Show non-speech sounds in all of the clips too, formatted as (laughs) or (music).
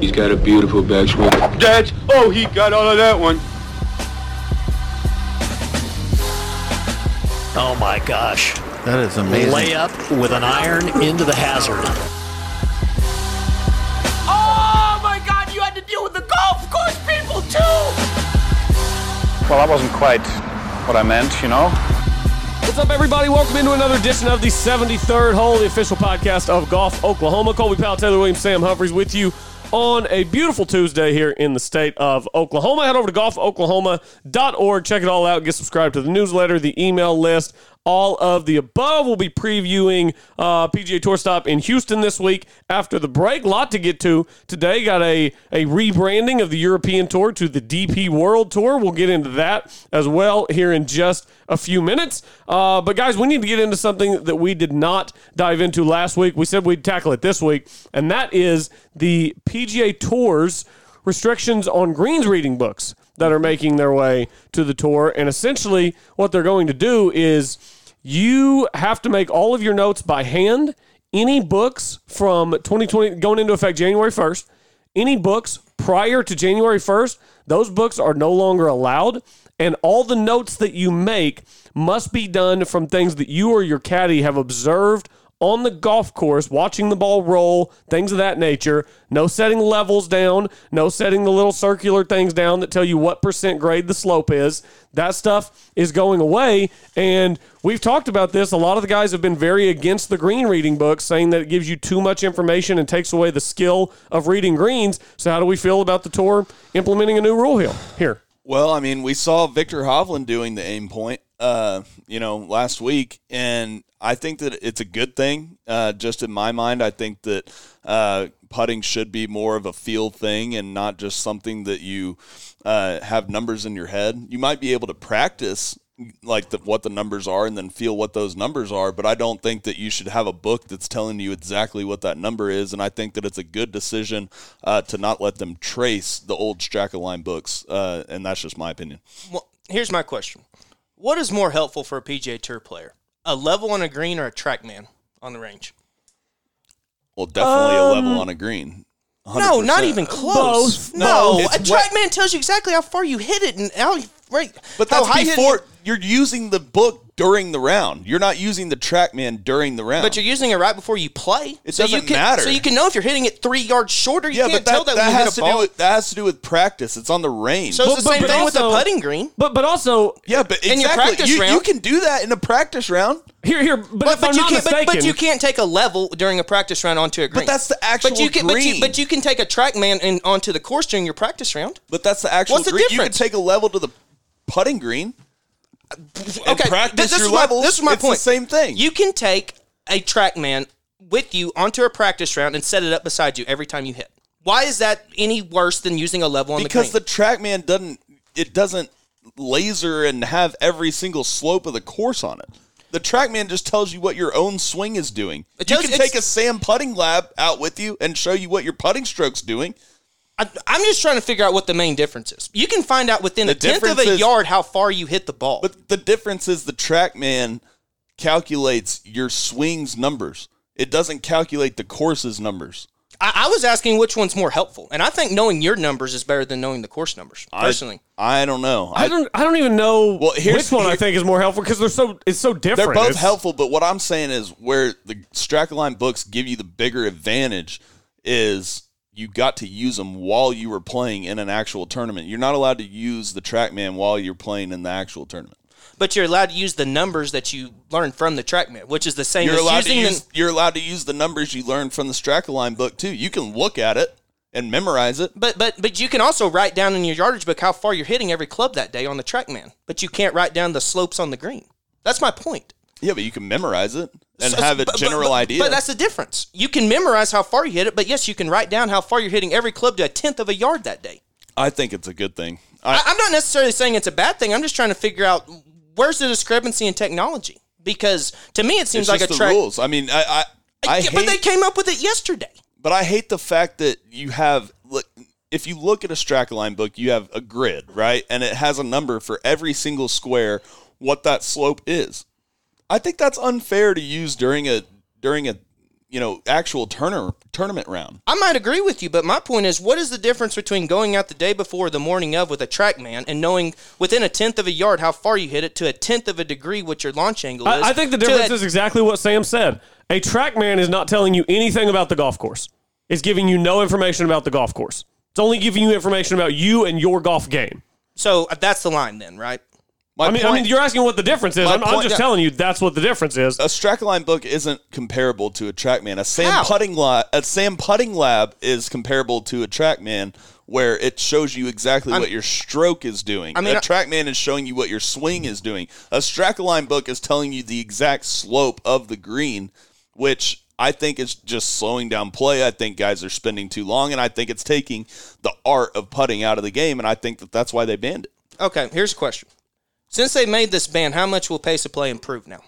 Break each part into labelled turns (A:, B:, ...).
A: He's got a beautiful back swing. That's oh, he got all of that one.
B: Oh my gosh.
C: That is amazing.
B: Layup with an iron into the hazard.
D: Oh my God, you had to deal with the golf course people too.
E: Well, that wasn't quite what I meant, you know.
F: What's up, everybody? Welcome into another edition of the 73rd Hole, the official podcast of Golf Oklahoma. Colby Powell, Taylor Williams, Sam Humphries with you on a beautiful Tuesday here in the state of Oklahoma. Head over to golfoklahoma.org, check it all out, get subscribed to the newsletter, the email list, all of the above. We'll be previewing uh, PGA Tour stop in Houston this week after the break. Lot to get to today. Got a, a rebranding of the European Tour to the DP World Tour. We'll get into that as well here in just a few minutes. Uh, but guys, we need to get into something that we did not dive into last week. We said we'd tackle it this week, and that is the PGA Tour's restrictions on greens reading books that are making their way to the tour. And essentially, what they're going to do is you have to make all of your notes by hand. Any books from 2020 going into effect January 1st, any books prior to January 1st, those books are no longer allowed. And all the notes that you make must be done from things that you or your caddy have observed on the golf course, watching the ball roll, things of that nature. No setting levels down, no setting the little circular things down that tell you what percent grade the slope is. That stuff is going away. And we've talked about this. A lot of the guys have been very against the green reading book, saying that it gives you too much information and takes away the skill of reading greens. So, how do we feel about the tour implementing a new rule here? Here.
G: Well, I mean, we saw Victor Hovland doing the aim point, uh, you know, last week, and I think that it's a good thing. Uh, just in my mind, I think that uh, putting should be more of a feel thing and not just something that you uh, have numbers in your head. You might be able to practice like the, what the numbers are and then feel what those numbers are. But I don't think that you should have a book that's telling you exactly what that number is. And I think that it's a good decision uh, to not let them trace the old Strakaline books. Uh, and that's just my opinion.
H: Well, here's my question: What is more helpful for a PGA Tour player, a level on a green or a TrackMan on the range?
G: Well, definitely a
H: Um,
G: level on a green.
H: No,
G: 100%.
H: not even close.
G: Both.
H: No,
G: No,
H: a
G: it's what-
H: TrackMan tells you exactly how far you hit it and how right.
G: But
H: how
G: that's
H: high hit
G: before
H: it-
G: you're using the book during the round. You're not using the TrackMan during the round.
H: But you're using it right before you play.
G: It
H: so you
G: doesn't
H: can,
G: matter.
H: So you can know if you're hitting it three yards shorter. You
G: yeah, but
H: can't
G: that,
H: tell that,
G: that
H: when you
G: has
H: hit a
G: to
H: ball.
G: do with that has to do with practice. It's on the range.
H: So it's the
F: But-
H: same
F: but
H: thing with a
F: also-
H: putting green.
F: But, but also,
G: yeah, but
H: in your
G: exactly.
H: practice
G: you, you
H: round-
G: can do that in a practice round.
F: here, here, but,
H: But,
F: if
H: but
F: I'm
H: you
F: not
H: can't. But,
F: mistaken,
H: but you can't take a level during a practice round onto a green.
G: that's the
H: But
G: actual
H: you can. But,
G: green.
H: you, but you can take a track man in, onto the course during your practice round.
G: But that's the actual
H: What's the
G: green.
H: difference?
G: You can take a level to the putting green and
H: okay,
G: practice
H: th- this
G: your
H: is my,
G: levels.
H: This is my
G: it's
H: point.
G: the same thing.
H: You can take a track man with you onto a practice round and set it up beside you every time you hit. Why is that any worse than using a level on
G: because
H: the
G: the,
H: green?
G: TrackMan doesn't it doesn't laser and have every single slope of the course on it. The TrackMan just tells you what your own swing is doing.
H: It
G: you
H: tells-
G: can
H: it's-
G: take a Sam putting lab out with you and show you what your putting stroke's doing.
H: I, am just trying to figure out what the main difference is. You can find out within
G: The
H: a tenth of
G: difference
H: a
G: is-
H: yard how far you hit the ball.
G: But the difference is the TrackMan calculates your swing's numbers. It doesn't calculate the course's numbers.
H: I, I was asking which one's more helpful, and I think knowing your numbers is better than knowing the course numbers.
G: I-
H: Personally,
G: I, don't know.
F: I don't, I don't even know
G: Well, here's-
F: which one I
G: here-
F: think is more helpful because they're so, it's so different.
G: They're both
F: It's-
G: helpful, but what I'm saying is where the Strackline books give you the bigger advantage is you got to use them while you were playing in an actual tournament. You're not allowed to use the TrackMan while you're playing in the actual tournament.
H: but you're allowed to use the numbers that you learned from the track man, which is the same
G: You're
H: as
G: allowed to
H: using the-
G: use you're allowed to use the numbers you learned from the Strackline book too. You can look at it and memorize it.
H: But but but you can also write down in your yardage book how far you're hitting every club that day on the track man. But you can't write down the slopes on the green. That's my point.
G: Yeah, but you can memorize it and
H: So-
G: have a
H: but- but-
G: general
H: but-
G: idea.
H: But that's the difference. You can memorize how far you hit it, but yes, you can write down how far you're hitting every club to a tenth of a yard that day.
G: I think it's a good thing.
H: I,
G: I,
H: I'm not necessarily saying it's a bad thing. I'm just trying to figure out where's the discrepancy in technology. Because to me, it seems
G: it's
H: like
G: just
H: a
G: the
H: track.
G: rules. I mean, I I, I
H: Yeah,
G: hate,
H: but they came up with it yesterday.
G: but I hate the fact that you have look if you look at a Strackline book, you have a grid, right? And it has a number for every single square what that slope is. I think that's unfair to use during a during a you know actual turner tournament round.
H: I might agree with you, but my point is, what is the difference between going out the day before or the morning of with a track man and knowing within a tenth of a yard how far you hit it to a tenth of a degree what your launch angle is?
F: I, I think the
H: to
F: difference
H: a-
F: is exactly what Sam said. A track man is not telling you anything about the golf course. It's giving you no information about the golf course. It's only giving you information about you and your golf game.
H: so. uh, That's the line, then, right?
G: My
F: I mean, I mean, you're asking what the difference is.
G: My
F: I'm, I'm
G: point-
F: just
G: yeah.
F: telling you that's what the difference is.
G: a Strackline book isn't comparable to a Trackman. A Sam
H: How?
G: putting lab, a Sam putting lab is comparable to a Trackman, where it shows you exactly what your stroke is doing.
H: I mean,
G: a
H: I-
G: Trackman is showing you what your swing is doing. A Strackline book is telling you the exact slope of the green, which I think is just slowing down play. I think guys are spending too long, and I think it's taking the art of putting out of the game. And I think that that's why they banned it.
H: Okay, here's a question. Since they made this ban, how much will pace of play improve now?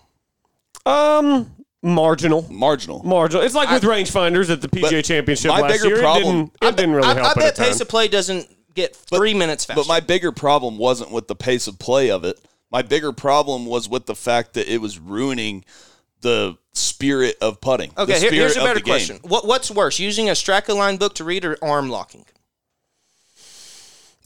F: Um, marginal.
G: Marginal.
F: Marginal. It's like with rangefinders at the PGA Championship
G: my
F: last
G: bigger
F: year.
G: problem-
F: it didn't, it didn't really
H: I,
F: help.
H: I
F: at
H: bet
F: the time.
H: pace of play doesn't get three minutes faster.
G: But my bigger problem wasn't with the pace of play of it. My bigger problem was with the fact that it was ruining the spirit of putting. the
H: okay, here-
G: spirit
H: here's a
G: of
H: better
G: the game.
H: question. What, what's worse, using a Strackline book to read or arm locking?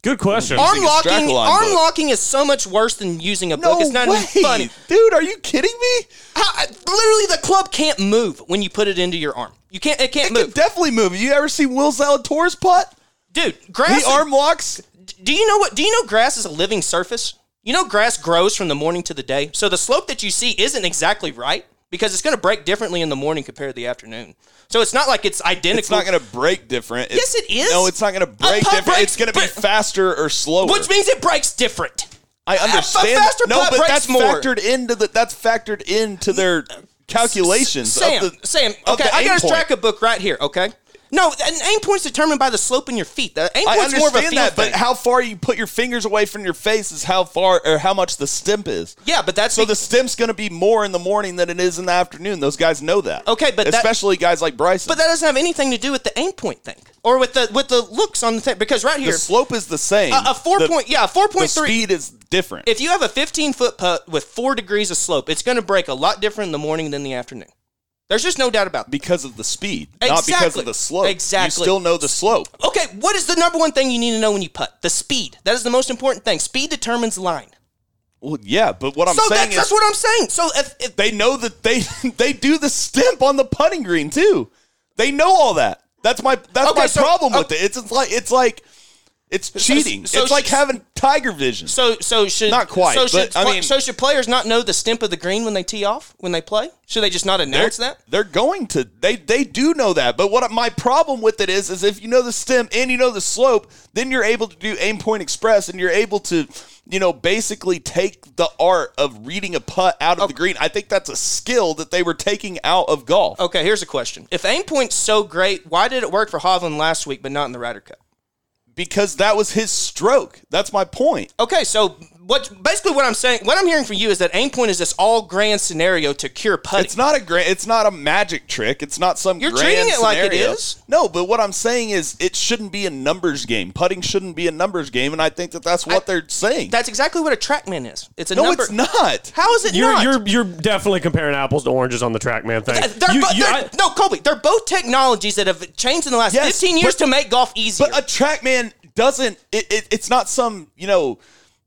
F: Good question.
H: Arm
G: using a
H: locking,
G: Strackline
H: arm
G: book.
H: locking is so much worse than using a
G: No
H: book. It's not
G: way,
H: even funny.
G: dude. Are you kidding me?
H: How, I- literally, the club can't move when you put it into your arm. You can't. It can't
G: It
H: move,
G: could definitely move. You ever see Will Zalatoris putt?
H: dude. Grass.
G: He arm walks.
H: do you know what? Do you know grass is a living surface? You know grass grows from the morning to the day, so the slope that you see isn't exactly right because it's going to break differently in the morning compared to the afternoon. So it's not like it's identical.
G: It's not going to break different. It's-
H: Yes, it is.
G: No, it's not going to break
H: putt
G: different.
H: breaks-
G: it's going to be
H: but-
G: faster or slower.
H: which means it breaks different.
G: I understand.
H: faster
G: no,
H: putt
G: but
H: breaks
G: that's
H: more.
G: factored into the. That's factored into their calculations. of
H: Sam,
G: the-
H: Sam.
G: of
H: Okay,
G: the
H: I
G: aim
H: got a
G: point.
H: track a book right here. Okay. No, an aim point's determined by the slope in your feet. The aim
G: I
H: point's
G: understand
H: more of a feel
G: that,
H: thing.
G: but how far you put your fingers away from your face is how far or how much the stem is.
H: yeah, but that's
G: So the
H: the
G: stem's going to be more in the morning than it is in the afternoon. Those guys know that.
H: Okay, but that-
G: especially guys like Bryson.
H: But that doesn't have anything to do with the aim point thing, or with the with the looks on the thing. Because right
G: the
H: here,
G: slope is the same.
H: a, a four
G: The-
H: point, yeah, a four
G: The
H: point three.
G: speed is different.
H: If you have a fifteen foot putt with four degrees of slope, it's going to break a lot different in the morning than the afternoon. There's just no doubt about that.
G: because of the speed, not because
H: Exactly.
G: of the slope. You
H: Exactly.
G: still know the slope.
H: Okay, what is the number one thing you need to know when you putt? The speed. That is the most important thing. Speed determines line.
G: Well, yeah, but what I'm
H: so
G: saying
H: that's,
G: is
H: that's what I'm saying. So if, if
G: they know that they (laughs) they do the stimp on the putting green too. They know all that. That's my that's
H: Okay,
G: my
H: so-
G: problem with
H: okay.
G: it. It's, it's like it's like it's cheating.
H: so
G: it's like
H: sh-
G: having tiger vision.
H: so so should
G: Not quite,
H: So should
G: but, I
H: pla-
G: mean-
H: so should players not know the stimp of the green when they tee off when they play? Should they just not
G: they're,
H: announce that?
G: they're going to they they do know that. But what my problem with it is is if you know the stem and you know the slope, then you're able to do aim point express and you're able to you know basically take the art of reading a putt out of the green. I think that's a skill that they were taking out of golf.
H: Okay, here's a question. If aim point's so great, why did it work for Hovland last week but not in the Ryder Cup?
G: because that was his stroke. That's my point.
H: Okay, so what basically what I'm saying, what I'm hearing from you is that aim point is this all grand scenario to cure putting.
G: It's not a grand. It's not a magic trick. It's not some.
H: You're
G: grand
H: treating it like it
G: scenario.
H: is.
G: No, but what I'm saying is it shouldn't be a numbers game. Putting shouldn't be a numbers game, and I think that that's what
H: I-
G: they're saying.
H: That's exactly what a trackman is. It's a
G: no,
H: number.
G: it's not.
H: How is it
F: you're,
H: not?
F: you're you're definitely comparing apples to oranges on the Trackman thing.
H: they're
F: You-
H: bo-
F: you-
H: they're-
F: I-
H: no, Colby. They're both technologies that have changed in the last
G: Yes,
H: 15 years
G: but-
H: to make golf easier.
G: But uh, a TrackMan doesn't. It, it, it's not some you know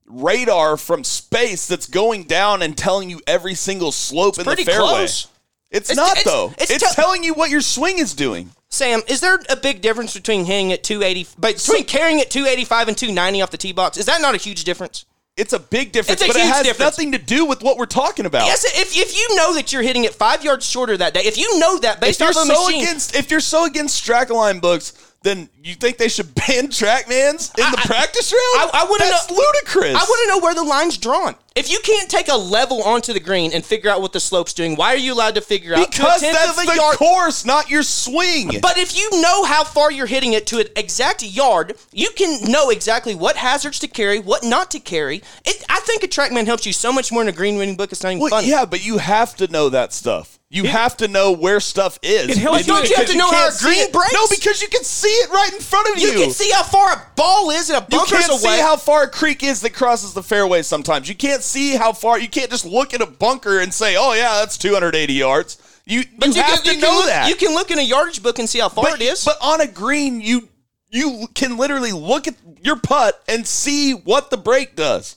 G: radar from space that's going down and telling you every single slope in
H: pretty
G: the fairway.
H: close.
G: It's,
H: It's-
G: not
H: it's-
G: though.
H: it's
G: It's,
H: tell-
G: telling you what your swing is doing.
H: Sam, is there a big difference between hitting at 280, between carrying at 285 and 290 off the tee box? Is that not a huge difference?
G: It's a big difference,
H: It's a
G: but it
H: huge
G: has
H: difference.
G: nothing to do with what we're talking about.
H: Yes, if, if you know that you're hitting it five yards shorter that day, if you know that
G: if
H: based
G: you're
H: off of a
G: so
H: machine,
G: against if you're so against Strackline books, then you think they should (laughs) ban Trackmans in the
H: I- I-
G: practice round?
H: I- I wouldn't
G: That's
H: know-
G: ludicrous.
H: I want to know where the line's drawn. If you can't take a level onto the green and figure out what the slope's doing, why are you allowed to figure out
G: because
H: to a tenth
G: that's
H: of a
G: the
H: yard?
G: course, not your swing.
H: But if you know how far you're hitting it to an exact yard, you can know exactly what hazards to carry, what not to carry. It, I think a trackman helps you so much more in a green winning book. It's not even
G: Well,
H: funny.
G: yeah, but you have to know that stuff. You have to know where stuff is.
F: It helps
G: And
F: you- Don't you
G: because
F: have to
H: know how
G: can't
H: a
G: see
H: green
G: it.
H: breaks?
G: No, because you can see it right in front of you.
H: You can see how far a ball is and a
G: You
H: bunker's
G: can't
H: away.
G: see how far a creek is that crosses the fairway sometimes. You can't see how far. You can't just look at a bunker and say, oh, yeah, that's 280 yards. You
H: But
G: you, have
H: can,
G: to
H: can
G: know
H: look,
G: that.
H: You can look in a yardage book and see how far
G: but,
H: it is.
G: But on a green, you you can literally look at your putt and see what the break does.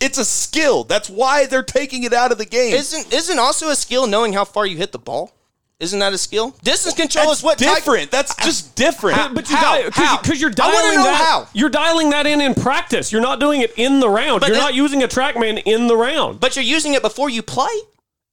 G: It's a skill. That's why they're taking it out of the game.
H: isn't isn't also a skill knowing how far you hit the ball? Isn't that a skill? Distance control
G: That's
H: is what Tiger-
G: different. That's just different.
F: But, but you
H: How? How?
F: because you're
H: I wanna
F: dialing
H: know
F: that
H: how.
F: you're dialing that in in practice. You're not doing it in the round.
H: But
F: you're
H: it-
F: not using a TrackMan in the round.
H: but you're using it before you play.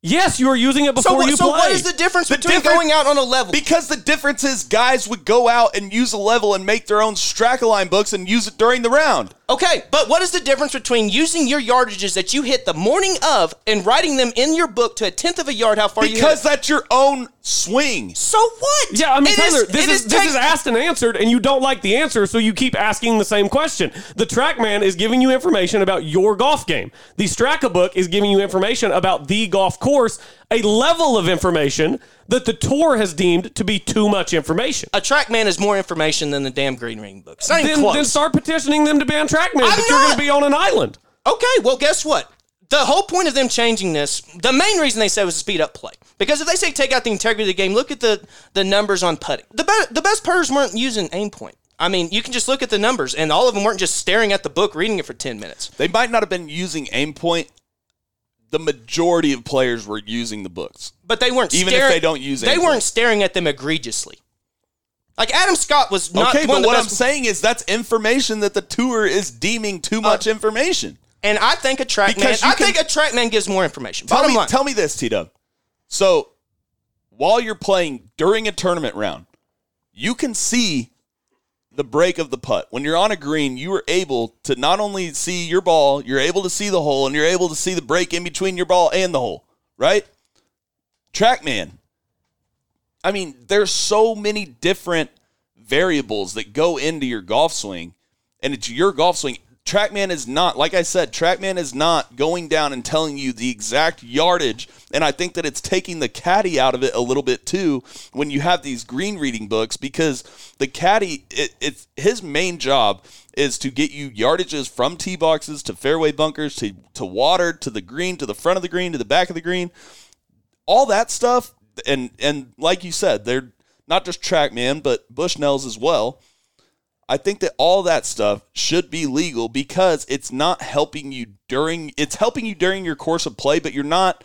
F: yes, you are using it before
H: So, what,
F: you
H: so
F: play.
H: what is the difference
G: The
H: between
G: difference-
H: going out on a level?
G: Because the difference is guys would go out and use a level and make their own Strackline books and use it during the round.
H: okay, but what is the difference between using your yardages that you hit the morning of and writing them in your book to a tenth of a yard how far you hit?
G: Because
H: it?
G: that's your own swing.
H: so what?
F: Yeah, I mean,
H: It
F: Tyler, this
H: it
F: is, this
H: take-
F: is asked and answered, and you don't like the answer, so you keep asking the same question. The TrackMan is giving you information about your golf game. The Straka book is giving you information about the golf course, a level of information that the tour has deemed to be too much information.
H: a track man is more information than the damn green ring book. It's not even
F: Then,
H: close.
F: then start petitioning them to ban TrackMan,
H: I'm
F: but you're
H: not.
F: going to be on an island.
H: Okay, well, guess what? The whole point of them changing this, the main reason they said was to speed up play. Because if they say take out the integrity of the game, look at the, the numbers on putting. The, be- the best putters weren't using aim point. I mean, you can just look at the numbers, and all of them weren't just staring at the book, reading it for 10 minutes.
G: They might not have been using aim point. The majority of players were using the books.
H: But they weren't
G: Even if
H: staring,
G: they don't use
H: They
G: aim
H: weren't
G: point.
H: staring at them egregiously. Like Adam Scott was not
G: okay,
H: one
G: but
H: of the
G: what
H: best.
G: I'm saying is that's information that the tour is deeming
H: Uh,
G: too much information.
H: and I think a track man,
G: Because you
H: I
G: can-
H: think a track man gives more information.
G: Tell
H: Bottom
G: me,
H: line.
G: tell me this, T Dub. So, while you're playing during a tournament round, you can see the break of the putt. When you're on a green, you are able to not only see your ball, you're able to see the hole, and you're able to see the break in between your ball and the hole, right? Trackman. I mean, there's so many different variables that go into your golf swing, and it's your golf swing. Trackman is not, like I said, Trackman is not going down and telling you the exact yardage. And I think that it's taking the caddy out of it a little bit too when you have these green reading books because the caddy, it, it's his main job is to get you yardages from tee boxes to fairway bunkers to, to water to the green to the front of the green to the back of the green all that stuff and and like you said they're not just trackman but bushnells as well i think that all that stuff should be legal because it's not helping you during it's helping you during your course of play but you're not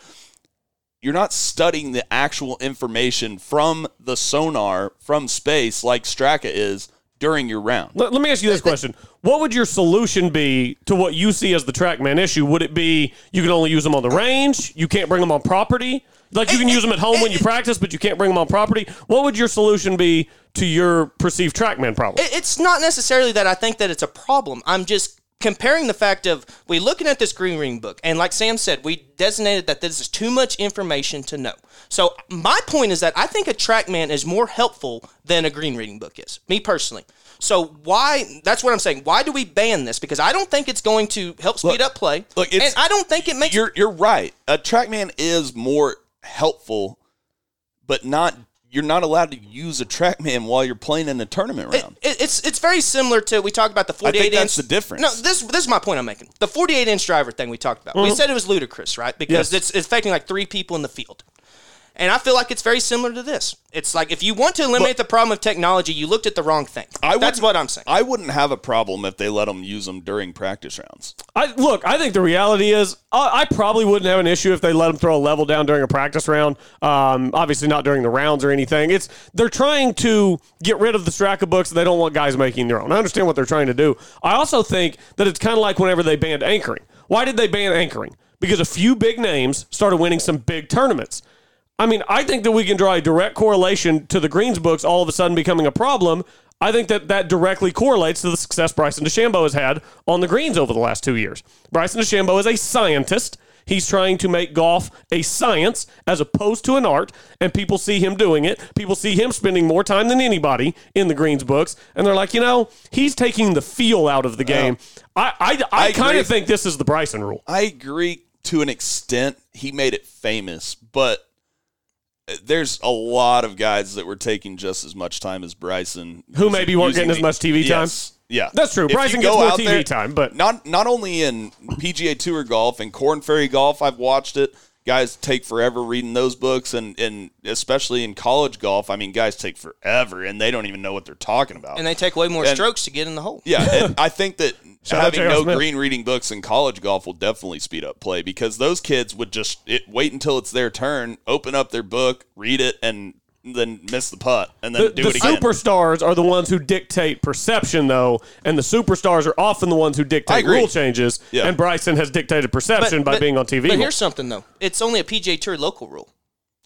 G: you're not studying the actual information from the sonar from space like straka is during your round
F: Let, let me ask
H: (laughs)
F: you this question: What would your solution be to what you see as the TrackMan issue? Would it be you can only use them on the range, you can't bring them on property? Like you can use them at home when you practice, but you can't bring them on property. What would your solution be to your perceived TrackMan problem?
H: it- it's not necessarily that I think that it's a problem. I'm just comparing the fact of we looking at this green ring book and like Sam said, we designated that this is too much information to know. So my point is that I think a trackman is more helpful than a green reading book is. Me personally. So why that's what I'm saying. Why do we ban this? Because I don't think it's going to help speed
G: Look-
H: up play.
G: look, it's-
H: and I don't think it makes
G: you're you're right. A TrackMan is more helpful, but not you're not allowed to use a TrackMan while you're playing in a tournament
H: It-
G: round.
H: it- it's it's very similar to we talked about the
G: think
H: 48 inch.
G: that's the difference.
H: No, this this is my point I'm making. The 48 inch driver thing we talked about. We said it was ludicrous, right? Because
F: Yes.
H: it's affecting like three people in the field. And I feel like it's very similar to this. It's like if you want to eliminate the problem of technology, you looked at the wrong thing. That's
G: wouldn't-
H: what I'm saying.
G: I wouldn't have a problem if they let them use them during practice rounds.
F: I look. I think the reality is, uh, I, I probably wouldn't have an issue if they let them throw a level down during a practice round. Um, obviously, not during the rounds or anything. It's they're trying to get rid of the Straka books. They don't want guys making their own. I understand what they're trying to do. I also think that it's kind of like whenever they banned anchoring. Why did they ban anchoring? Because a few big names started winning some big tournaments. I mean, I think that we can draw a direct correlation to the Greens books all of a sudden becoming a problem. I think that that directly correlates to the success Bryson DeChambeau has had on the greens over the last two years. Bryson DeChambeau is a scientist. He's trying to make golf a science as opposed to an art, and people see him doing it. People see him spending more time than anybody in the greens books, and they're like, you know, he's taking the feel out of the game. I, I, I,
G: I
F: kind
G: agree.
F: of think this is the Bryson rule.
G: I agree to an extent. He made it famous, but there's a lot of guys that were taking just as much time as Bryson,
F: Who maybe weren't
G: using
F: getting as much TV time.
G: Yes. Yeah,
F: That's true.
G: If you
F: Bryson
G: go
F: gets more
G: out
F: TV time, but-
G: not not only in PGA Tour golf and Corn Ferry golf, I've watched it. guys take forever reading those books, and and especially in college golf, I mean, guys take forever, and they don't even know what they're talking about.
H: and they take way more
G: And-
H: strokes to get in the hole.
G: Yeah,
F: (laughs)
G: and I think that
F: Shout out
G: having
F: J.R.
G: no
F: Smith.
G: green reading books in college golf will definitely speed up play because those kids would just it, wait until it's their turn, open up their book, read it, and then miss the putt, and then
F: The,
G: do
F: the
G: it again.
F: superstars are the ones who dictate perception, though, and the superstars are often the ones who
G: I
F: dictate
G: agree.
F: rule changes.
G: Yeah.
F: And Bryson has dictated perception by being on TV.
H: But
F: more.
H: here's something though. It's only a PJ Tour local rule.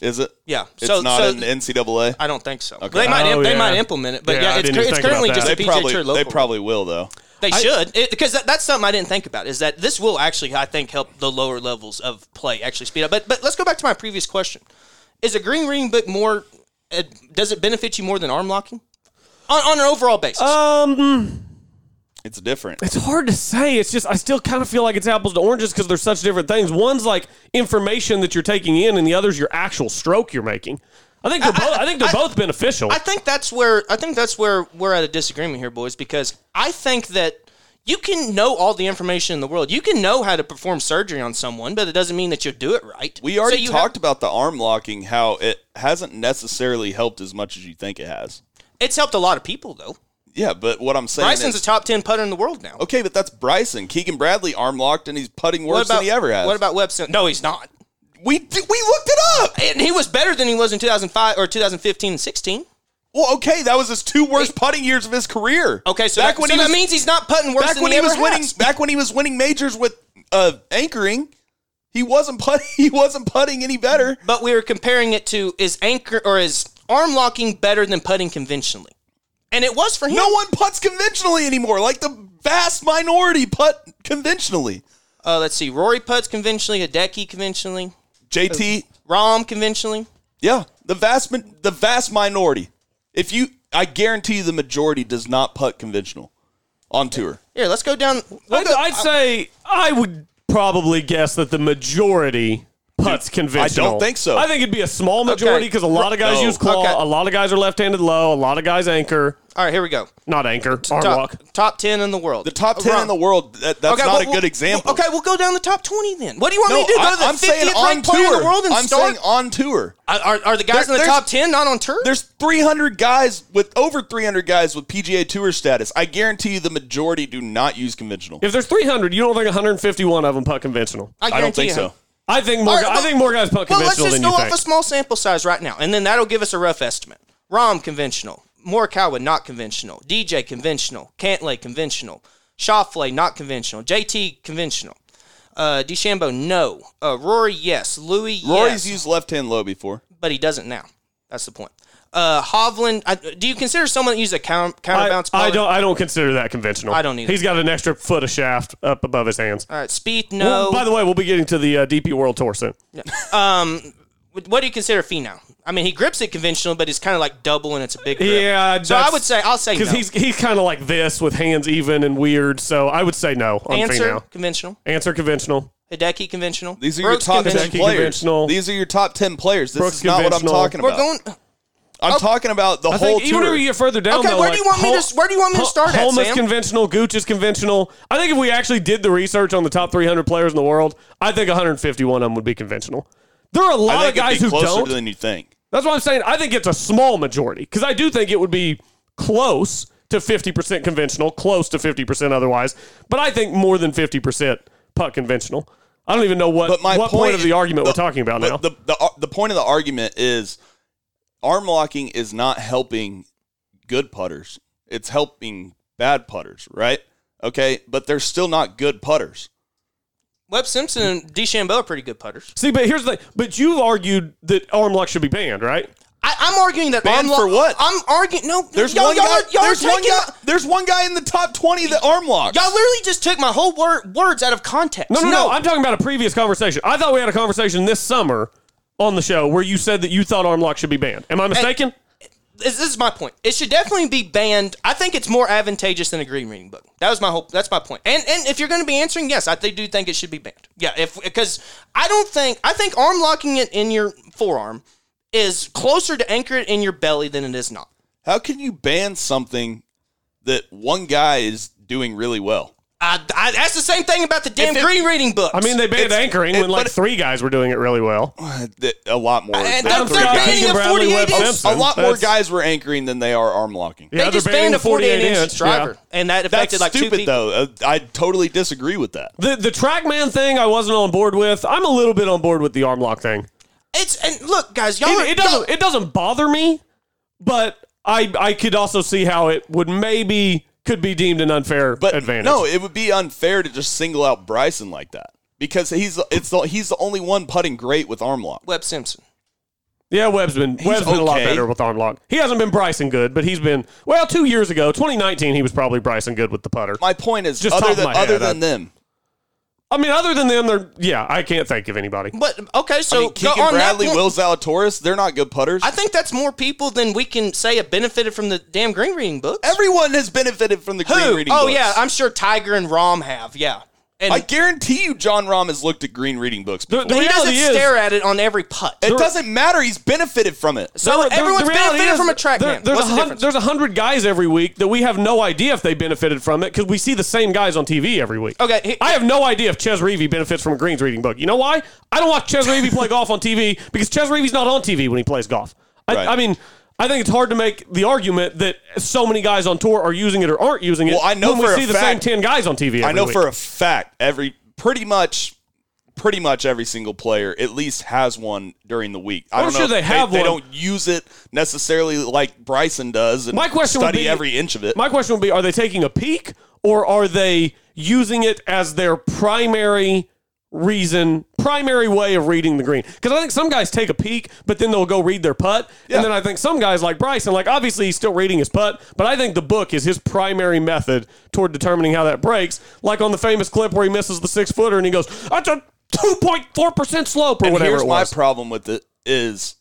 G: Is it?
H: Yeah.
G: It's
H: so
G: not
H: so
G: in the NCAA.
H: I don't think so. But They might
F: Oh,
H: they
F: yeah.
H: might implement it, but
F: Yeah,
H: yeah,
F: I
H: it's,
F: didn't
H: cur-
F: even
H: it's
F: think about
H: currently
F: that.
H: just
G: they
H: a PJ
G: probably
H: Tour
G: they
H: local.
G: probably will though.
H: They should, because that, that's something I didn't think about. Is that this will actually, I think, help the lower levels of play actually speed up. But but let's go back to my previous question: Is a green reading book more? Uh, does it benefit you more than arm locking on, on an overall basis?
G: Uh, It's different.
F: Um, It's hard to say. It's just I still kind of feel like it's apples to oranges because they're such different things. One's like information that you're taking in, and the other's your actual stroke you're making. I think they're both. I, think they're
H: I-
F: both beneficial.
H: I think that's where I think that's where we're at a disagreement here, boys, because I think that you can know all the information in the world. You can know how to perform surgery on someone, but it doesn't mean that you'll do it right.
G: We
H: So
G: already
H: you have-
G: talked about the arm locking, how it hasn't necessarily helped as much as you think it has.
H: it's helped a lot of people though.
G: Yeah, but what I'm saying
H: Bryson's
G: is,
H: a top ten putter in the world now.
G: okay, but that's Bryson. Keegan Bradley arm locked, and he's putting worse
H: What about
G: than he ever has.
H: What about Webb Sim- No, he's not.
G: we? d- We looked it up.
H: And he was better than he was in 2005 or 2015 and 16.
G: Well, okay, that was his two worst putting years of his career.
H: Okay, so,
G: back
H: that,
G: when
H: so
G: he
H: that
G: was,
H: means he's not putting worse
G: back
H: than
G: when
H: he,
G: he was
H: ever
G: winning
H: has.
G: back when he was winning majors with uh, anchoring, he wasn't putting (laughs) he wasn't putting any better.
H: But we were comparing it to is anchor or is arm locking better than putting conventionally? And it was for him.
G: No one puts conventionally anymore. Like the vast minority putt conventionally.
H: Uh, let's see. Rory putts conventionally. Hideki conventionally.
G: JT,
H: Rom conventionally.
G: yeah, the vast ma- the vast minority. If you, I guarantee you the majority does not putt conventional on tour.
H: Here, let's go down. we'll
F: I'd,
H: go-
F: I'd say I would probably guess that the majority putts conventional.
G: think so.
F: I think it'd be a small
H: Okay.
F: majority because a lot of guys
G: No.
F: use claw,
H: Okay.
F: a lot of guys are left-handed low, a lot of guys anchor,
H: all right, here we go.
F: not anchor, arm lock.
H: Top, top 10 in the world.
G: The top ten in the world. That, that's not a good example.
H: Okay, we'll go down the top 20 then. What do you want
G: No,
H: me to do? Go
G: I,
H: to the
G: am
H: 50th
G: saying on
H: ranked player in
G: tour.
H: the world and
G: I'm
H: start?
G: saying on tour.
H: Are- are, are the guys
G: There-
H: in the
G: there's-
H: top 10 not on tour?
G: There's 300 guys with over 300 guys with PGA Tour status. I guarantee you the majority do not use conventional.
F: If there's 300, you don't think 151 of them putt conventional?
G: I don't
H: guarantee
G: think
H: you.
G: so.
F: I think more.
H: All
F: gu-
H: right,
F: I
H: well-
F: think more guys putt
H: Well, let's
F: conventional
H: just
F: than
H: go
F: you
H: off
F: think.
H: a small sample size right now, and then that'll give us a rough estimate. Rom conventional, Morikawa not conventional, DJ conventional, Cantlay conventional, Shoffley not conventional, JT conventional, uh, DeChambeau no, uh, Rory yes, Louis
G: Rory's
H: yes,
G: used left hand low before.
H: but he doesn't now. That's the point. Uh, Hovland, I, do you consider someone that uses a counter, counter
F: I,
H: bounce?
F: I
H: putter?
F: don't. I don't consider that conventional.
H: I don't either.
F: He's got an extra foot of shaft up above his hands.
H: All right, Speed
F: Well,
H: no.
F: by the way, we'll be getting to the uh, DP World Tour soon.
H: What- what do you consider pheno? I mean, he grips it conventional, but it's kind of like double, and it's a big grip.
F: Yeah,
H: So I
F: that's-
H: would say I'll
F: (laughs)
H: say no.
F: Because he's he's kind of like this with hands even and weird. So I would say no on
H: answer
F: female.
H: conventional.
F: Answer conventional.
H: Hideki conventional.
G: These are
H: Brooks
G: your top 10
H: conventional.
F: Kentucky
G: players.
F: conventional.
G: These are your top 10 players. This
F: Brooks
G: is not what I'm
F: conventional.
G: talking
H: We're
G: about.
H: going.
G: I'm talking about the
F: I
G: whole
F: think even if
G: tour.
F: we get further down,
H: Okay,
F: though,
H: where
F: like,
H: do you want me to
F: Hol-
H: s- where do you want me to
F: Hol-
H: start at,
F: Holm is
H: Sam?
F: conventional. Gooch is conventional. I think if we actually did the research on the top 300 players in the world, I think 151 of them would be conventional. There are a
G: I
F: lot of
G: think
F: guys
G: it'd be
F: who
G: closer
F: don't.
G: than you think.
F: That's what I'm saying. I think it's a small majority because I do think it would be close to 50% conventional, close to 50% otherwise, but I think more than 50% putt conventional. I don't even know what,
G: But my
F: what point, of the argument we're talking about
G: but
F: now.
G: The, the, uh, the point of the argument is arm locking is not helping good putters. It's helping bad putters, right? Okay, but they're still not good putters.
H: Webb Simpson and DeChambeau are pretty good putters.
F: See, but here's the thing. But you've argued that arm lock should be banned, right?
H: I, I'm arguing that.
G: Banned
H: I'm
G: for what?
H: I'm arguing. No,
G: There's
H: y'all,
G: one
H: y'all
G: guy.
H: Are, y'all are
G: there's one
H: taking
G: guy.
H: my-
G: There's one guy in the top twenty that arm locks.
H: Y'all literally just took my whole word, words out of context.
F: No, no, no, I'm talking about a previous conversation. I thought we had a conversation this summer on the show where you said that you thought arm lock should be banned. Am I mistaken?
H: this, this is my point. It should definitely be banned. I think it's more advantageous than a green reading book. That was my whole. That's my point. And and if you're going to be answering, yes, I th- do think it should be banned. Yeah, if because I don't think I think arm locking it in your forearm is closer to anchor it in your belly than it is not.
G: How can you ban something that one guy is doing really well?
H: I, I, that's the same thing about the damn
G: If it-
H: green reading books.
F: I mean, they banned
G: It's-
F: anchoring
G: it-
F: when like
G: but-
F: three guys were doing it really well.
G: Th- Uh, a lot more.
H: And
G: than
H: they're,
F: Adam
G: three
H: they're
F: Scott,
G: guys.
H: banning
F: Keegan
H: the
F: Bradley,
H: 48
F: Webb
H: inch.
F: Simpson.
G: a lot more
F: That's-
G: guys were anchoring than they are arm locking.
F: Yeah,
H: They just
F: they're banning
H: banned
F: the
H: a 48 inch
F: yeah.
H: driver, and that
G: That's
H: affected like two
G: stupid
H: people.
G: though. Uh, I totally disagree with that.
F: The the TrackMan thing I wasn't on board with. I'm a little bit on board with the arm lock thing.
H: It's and look, guys, y'all. are,
F: It, it doesn't it doesn't bother me, but I I could also see how it would maybe could be deemed an unfair
G: But
F: advantage.
G: no, it would be unfair to just single out Bryson like that because he's it's the, he's the only one putting great with arm lock.
H: Webb Simpson.
F: Yeah, Webb's been Webb's been a lot
G: okay.
F: better with arm lock. He hasn't been Bryson good, but he's been well. Two years ago, 2019, he was probably Bryson good with the putter.
G: My point is,
F: Just top
G: other
F: of
G: than
F: my
G: other
F: head, I-
G: than them,
F: I mean, other than them, they're yeah. I can't think of anybody.
H: But okay, so
G: I mean,
H: go-
G: Keegan
H: on that
G: Bradley,
H: point-
G: Will Zalatoris, they're not good putters.
H: I think that's more people than we can say have benefited from the damn green reading books.
G: Everyone has benefited from the green
H: Who?
G: reading.
H: Oh
G: books.
H: yeah, I'm sure Tiger and Rom have. Yeah, and
G: I guarantee you, John Rahm has looked at green reading books.
F: The,
G: Before.
F: the
H: he doesn't
F: reality is,
H: stare at it on every putt.
G: it doesn't matter. He's benefited from it.
H: so
F: the- the- the
H: everyone's
F: reality
H: benefited
F: is
H: from a track
F: there-
H: man.
F: There's
H: What's
F: a
H: the
F: hun-
H: difference?
F: there's a hundred guys every week that we have no idea if they benefited from it because we see the same guys on TV every week.
H: Okay, he-
F: I have no idea if Ches Reavy benefits from a greens reading book. You know why? I don't watch Ches Reavy play golf on TV because Ches Reavy's not on TV when he plays golf. I,
G: Right.
F: I mean. I think it's hard to make the argument that so many guys on tour are using it or aren't using it.
G: Well, I know
F: when we
G: for a
F: see the
G: fact-
F: same ten guys on TV. Every
G: I know
F: week.
G: for a fact every pretty much pretty much every single player at least has one during the week. I
F: I'm
G: don't
F: sure
G: know
F: they
G: if
F: have
G: They
F: one.
G: don't use it necessarily like Bryson does. And
F: My question would
G: study
F: be-
G: every inch of it.
F: My question would be: Are they taking a peek, or are they using it as their primary reason, primary way of reading the green? Because I think some guys take a peek, but then they'll go read their putt,
G: Yeah.
F: and then I think some guys like Bryson, like obviously he's still reading his putt, but I think the book is his primary method toward determining how that breaks. Like on the famous clip where he misses the six footer and he goes, "That's a two point four percent slope or
G: and
F: whatever
G: here's
F: it
G: my
F: was."
G: problem with it is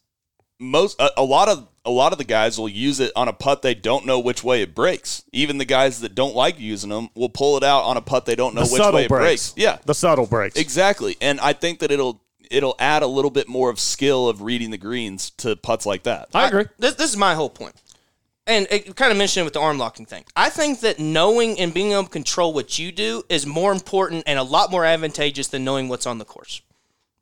G: most a, a lot of a lot of the guys will use it on a putt they don't know which way it breaks. Even the guys that don't like using them will pull it out on a putt they don't know
F: the
G: which way
F: subtle
G: it breaks.
F: breaks.
G: Yeah,
F: the subtle breaks.
G: Exactly, and I think that it'll it'll add a little bit more of skill of reading the greens to putts like that.
F: I agree.
H: this, this is my whole point. And it kind of mentioned it with the arm locking thing. I think that knowing and being able to control what you do is more important and a lot more advantageous than knowing what's on the course,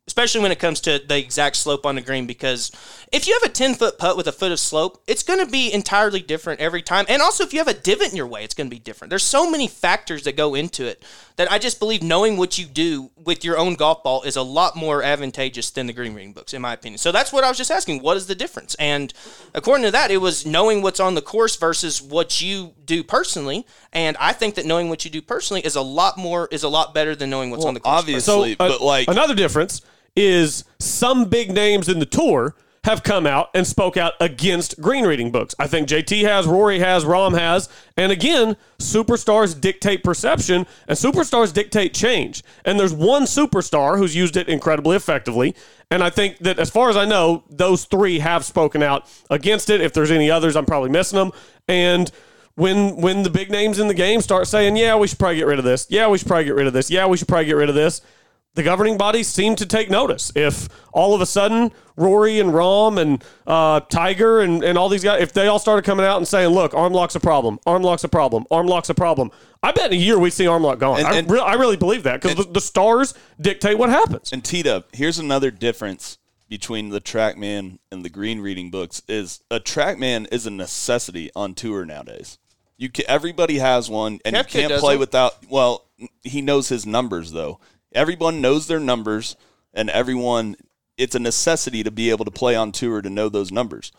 H: especially when it comes to the exact slope on the green. Because if you have a 10 foot putt with a foot of slope, it's going to be entirely different every time. And also, if you have a divot in your way, it's going to be different. There's so many factors that go into it that I just believe knowing what you do with your own golf ball is a lot more advantageous than the green reading books, in my opinion. So that's what I was just asking. What is the difference? And according to that, it was knowing what's on the course versus what you do personally. And I think that knowing what you do personally is a lot more is a lot better than knowing what's on the course.
G: obviously,
F: So, uh,
G: but like
F: another difference is some big names in the tour have come out and spoke out against green reading books. I think JT has, Rory has, Rom has, and again, superstars dictate perception and superstars dictate change. And there's one superstar who's used it incredibly effectively, and I think that as far as I know, those 3 have spoken out against it. If there's any others, I'm probably missing them. And when when the big names in the game start saying, "Yeah, we should probably get rid of this. Yeah, we should probably get rid of this. Yeah, we should probably get rid of this." the governing bodies seem to take notice. If all of a sudden Rory and Rom and uh, Tiger and, and all these guys, if they all started coming out and saying, look, arm lock's a problem, arm lock's a problem, arm lock's a problem, I bet in a year we'd see arm lock gone.
G: And-
F: I,
G: and-
F: re- I really believe that because the, the stars dictate what happens.
G: and Tita, here's another difference between the TrackMan and the green reading books is a TrackMan is a necessity on tour nowadays. You ca everybody has one, and
H: Kepka
G: you can't
H: doesn't.
G: play without. Well, he knows his numbers though. Everyone knows their numbers, and everyone. It's a necessity to be able to play on tour to know those numbers.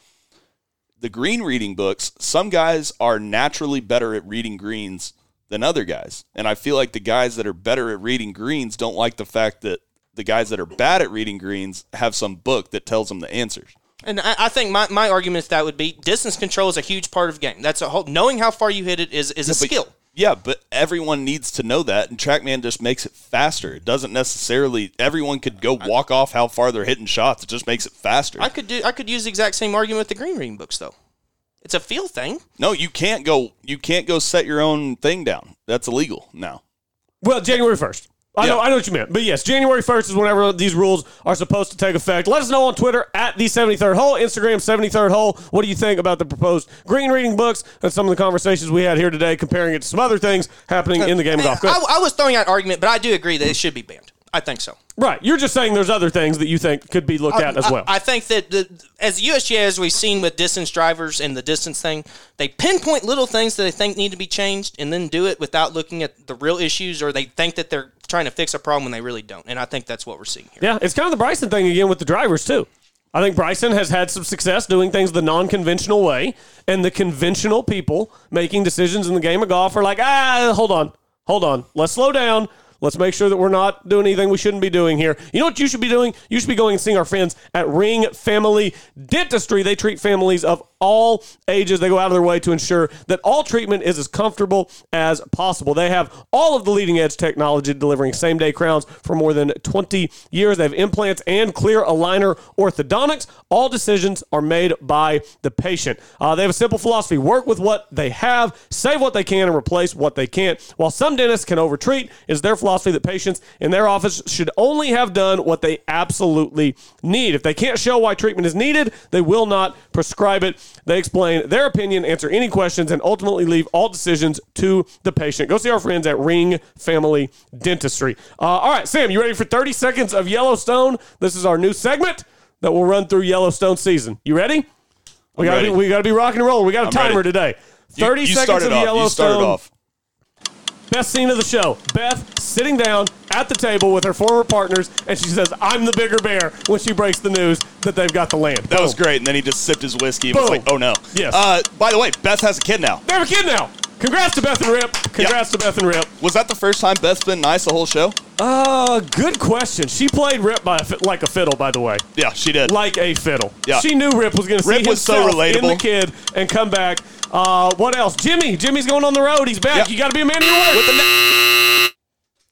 G: the green reading books, some guys are naturally better at reading greens than other guys. And I feel like the guys that are better at reading greens don't like the fact that the guys that are bad at reading greens have some book that tells them the answers.
H: And I, I think my, my argument to that would be distance control is a huge part of the game. That's a whole knowing how far you hit it is is a
G: But-
H: skill.
G: Yeah, but everyone needs to know that, and TrackMan just makes it faster. It doesn't necessarily everyone could go walk off how far they're hitting shots. It just makes it faster.
H: I could do I could use the exact same argument with the green reading books though. It's a feel thing.
G: no, you can't go. You can't go set your own thing down. That's illegal now.
F: Well, January 1st. I know,
G: Yeah.
F: I know what you meant. But yes, January 1st is whenever these rules are supposed to take effect. Let us know on Twitter at the 73rd Hole, Instagram 73rd Hole. What do you think about the proposed green reading books and some of the conversations we had here today, comparing it to some other things happening in the game of golf? Go ahead.
H: Uh, I, I was throwing out argument, but I do agree that it should be banned. I think so.
F: right. You're just saying there's other things that you think could be looked at as well.
H: I, I think that the, as the USGA, as we've seen with distance drivers and the distance thing, they pinpoint little things that they think need to be changed and then do it without looking at the real issues or they think that they're trying to fix a problem when they really don't. And I think that's what we're seeing here.
F: yeah, it's kind of the Bryson thing again with the drivers, too. I think Bryson has had some success doing things the non conventional way, and the conventional people making decisions in the game of golf are like, ah, hold on, hold on, let's slow down. Let's make sure that we're not doing anything we shouldn't be doing here. You know what you should be doing? You should be going and seeing our friends at Ring Family Dentistry. They treat families of all ages. They go out of their way to ensure that all treatment is as comfortable as possible. They have all of the leading edge technology delivering same day crowns for more than 20 years. They have implants and clear aligner orthodontics. All decisions are made by the patient. Uh, they have a simple philosophy work with what they have, save what they can, and replace what they can't. While some dentists can overtreat, it's their philosophy that patients in their office should only have done what they absolutely need. If they can't show why treatment is needed, they will not prescribe it. They explain their opinion, answer any questions, and ultimately leave all decisions to the patient. Go see our friends at Ring Family Dentistry. Uh, all right, Sam, you ready for 30 seconds of Yellowstone? This is our new segment that will run through Yellowstone season. You ready? We
G: I'm
F: gotta, Be,
G: ready.
F: we gotta be rock and rolling. We got a
G: I'm
F: timer
G: ready.
F: today.
G: You-
F: 30
G: you
F: seconds
G: started
F: of
G: off. You
F: Yellowstone.
G: started off.
F: Best scene of the show. Beth sitting down at the table with her former partners, and she says, I'm the bigger bear when she breaks the news that they've got the land.
G: That was great. And then he just sipped his whiskey and was
F: Boom.
G: like, oh no.
F: Yes.
G: Uh, by the way, Beth has a kid now.
F: They have a kid now. Congrats to Beth and Rip. Congrats to Beth and Rip.
G: Was that the first time Beth's been nice the whole show?
F: Uh, good question. She played Rip by a fi- like a fiddle, by the way.
G: Yeah, she did.
F: Like a fiddle.
G: Yeah.
F: She knew Rip was going to see
G: Rip was so
F: himself in
G: relatable.
F: the kid and come back. Uh, what else? Jimmy. Jimmy's going on the road. He's back.
G: Yep.
F: You got to be a man of your word.
G: With the ne-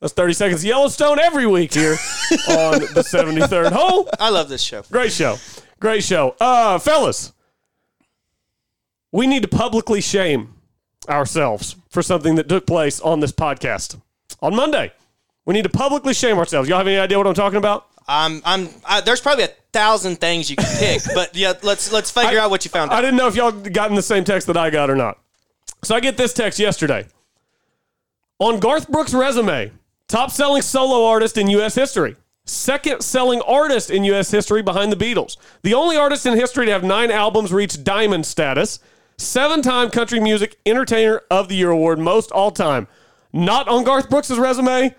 F: That's 30 seconds of Yellowstone every week here
G: (laughs)
F: on the 73rd hole.
H: I love this show.
F: Great show. Great show. Uh, fellas, we need to publicly shame ourselves for something that took place on this podcast on Monday. We need to publicly shame ourselves. Y'all have any idea what I'm talking about?
H: I'm, I'm, I, there's probably a thousand things you can
F: (laughs)
H: pick, but yeah, let's, let's figure out what you found
F: I
H: out.
F: didn't know if y'all gotten the same text that I got or not. So I get this text yesterday. On Garth Brooks' resume, top selling solo artist in U.S. history, second selling artist in U.S. history behind the Beatles, the only artist in history to have nine albums reach diamond status, seven time country music entertainer of the year award, most all time. Not on Garth Brooks' resume,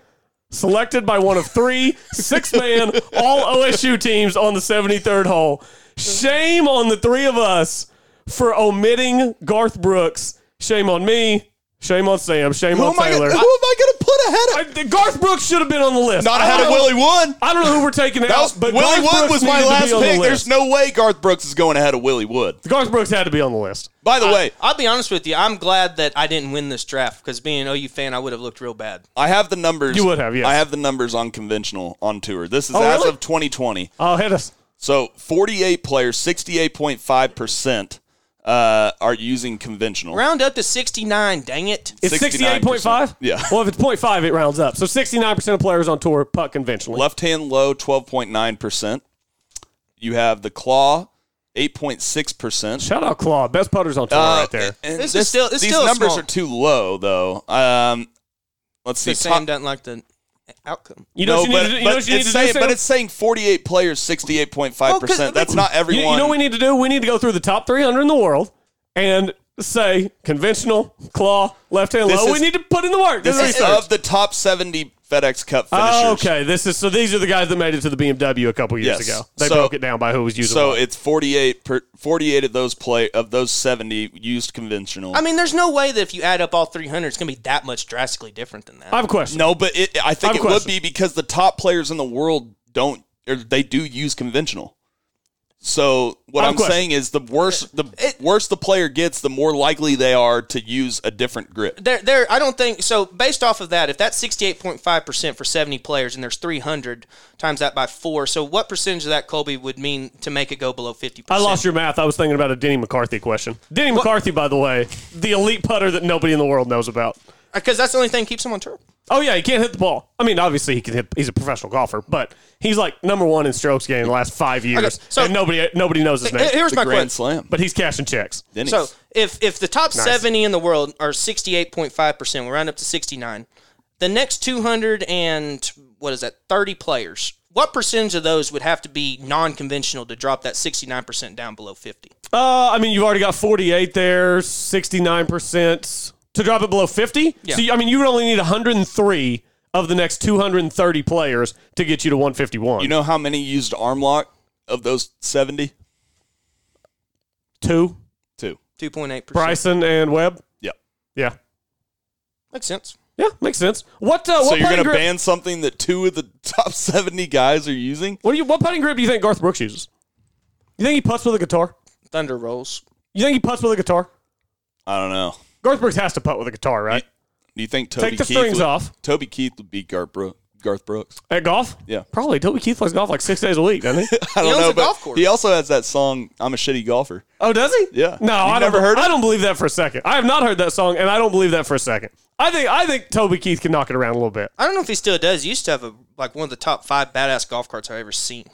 F: selected by one
G: (laughs)
F: of three six man all OSU teams on the 73rd hole. Shame on the three of us for omitting Garth Brooks. Shame on me. Shame on Sam. Shame
G: who
F: on
G: am I
F: Taylor.
G: gonna- who am I going to put ahead of?
F: I- the- Garth Brooks should have been on the list.
G: Not
F: I
G: ahead
F: don't
G: of
F: know-
G: Willie Wood.
F: I don't know who we're taking
G: That
F: out,
G: was,
F: but
G: Willie
F: Garth
G: Wood
F: Brooks
G: was my
F: needed to be
G: last
F: on the
G: pick.
F: list.
G: There's no way Garth Brooks is going ahead of Willie Wood.
F: Garth Brooks had to be on the list.
G: By the way,
H: I'll be honest with you. I'm glad that I didn't win this draft because being an OU fan, I would have looked real bad.
G: I have the numbers.
F: You would have, yes.
G: I have the numbers on conventional on tour. This is
F: Oh,
G: as
F: really?
G: of 2020.
F: Oh, hit us.
G: So 48 players, 68.5 percent uh, are using conventional.
H: Round up to 69. Dang it.
F: It's
G: 69%.
F: 68.5?
G: Yeah.
F: Well, if it's 0.5, it rounds up. So 69% of players on tour putt conventionally.
G: Left hand low, 12.9 percent. You have the claw, 8.6 percent. Uh,
F: Shout out Claw. Best putters on tour right there.
G: And
H: This is still- it's
G: these
H: still a
G: numbers
H: small-
G: are too low though. Um, let's see.
H: The Sam
G: top-
H: doesn't like the outcome.
F: You know
G: no,
F: what you
G: but,
F: need to do? You
G: but
F: know what you need
G: it's
F: to do,
G: saying,
F: Sam?
G: but it's saying 48 players, 68.5
H: Well, 'cause-
G: percent. That's not
F: You-
G: everyone.
F: You, know what we need to do? We need to go through the top 300 in the world and say conventional, claw, left hand
G: This
F: low. we
G: is-
F: need to put in the work.
G: this
F: the
G: is of the top 70 FedEx Cup finishers.
F: Oh, okay. This is so. These are the guys that made it to the BMW a couple years
G: Yes.
F: ago. They
G: So-
F: broke it down by who was using.
G: So
F: what.
G: it's 48 per, 48 of those play of those 70 used conventional.
H: I mean, there's no way that if you add up all 300, it's going to be that much drastically different than that.
F: I have a question.
G: no, but it, I think
F: I have a
G: it would
F: question.
G: be because the top players in the world don't or they do use conventional. So what
F: I have a
G: I'm
F: question.
G: saying is the worse the
H: It-
G: worse the player gets, the more likely they are to use a different grip.
H: there, there. I don't think so. Based off of that, if that's sixty-eight point five percent for seventy players, and there's three hundred times that by four, so what percentage of that Colby would mean to make it go below fifty
F: I
H: percent?
F: lost your math. I was thinking about a Denny McCarthy question. Denny McCarthy, by the way, the elite putter that nobody in the world knows about.
H: because Uh, that's the only thing that keeps him on turf.
F: Oh yeah, he can't hit the ball. I mean, obviously he can hit. He's a professional golfer, but he's like number one in strokes gained in the last five years,
H: Okay, so-
F: and nobody nobody knows his name.
H: Here- Here's
G: the
H: my
G: Grand
H: question.
G: Slam.
F: but he's cashing checks.
G: Then
H: So
G: he's-
H: if if the top seventy in the world are sixty eight point five percent, we're round up to sixty nine. The next two hundred and what is that thirty players? What percentage of those would have to be non conventional to drop that sixty nine percent down below fifty?
F: Uh, I mean, you've already got 48 there, 69 percent to drop it below 50.
H: Yeah.
F: So you- I mean, you would only need 103 of the next 230 players to get you to 151.
G: you know how many used arm lock of those seventy
F: two
G: two?
H: Two point eight percent.
F: Bryson and Webb.
G: Yep.
F: Yeah,
H: Makes sense.
F: yeah, makes sense. What? Uh,
G: So
F: what
G: you're going
F: putting
G: to
F: grip?
G: ban something that two of the (laughs) top seventy guys are using?
F: What do you? What putting grip do you think Garth Brooks uses? You think he puts with a guitar?
H: Thunder rolls.
F: You think he puts with a guitar?
G: I don't know.
F: Garth Brooks has to putt with a guitar, right?
G: Do you think Toby
F: Take the
G: Keith
F: strings
G: would,
F: off
G: Toby Keith would beat Garth, Bro- Garth Brooks?
F: at golf.
G: Yeah.
F: probably. Toby Keith plays golf like six days a week,
G: (laughs)
F: doesn't he?
G: I don't
H: owns
G: know,
H: a
G: but
H: golf course.
G: he also has that song "I'm a Shitty Golfer." (laughs)
F: Oh, does he?
G: Yeah.
F: No,
G: You've
F: I
G: never
F: don't,
G: heard it?
F: I don't believe that for a second. I have not heard that song, and I don't believe that for a second. I think I think Toby Keith can knock it around a little bit.
H: I don't know if he still does. He used to have a like one of the top five badass golf carts I've ever seen.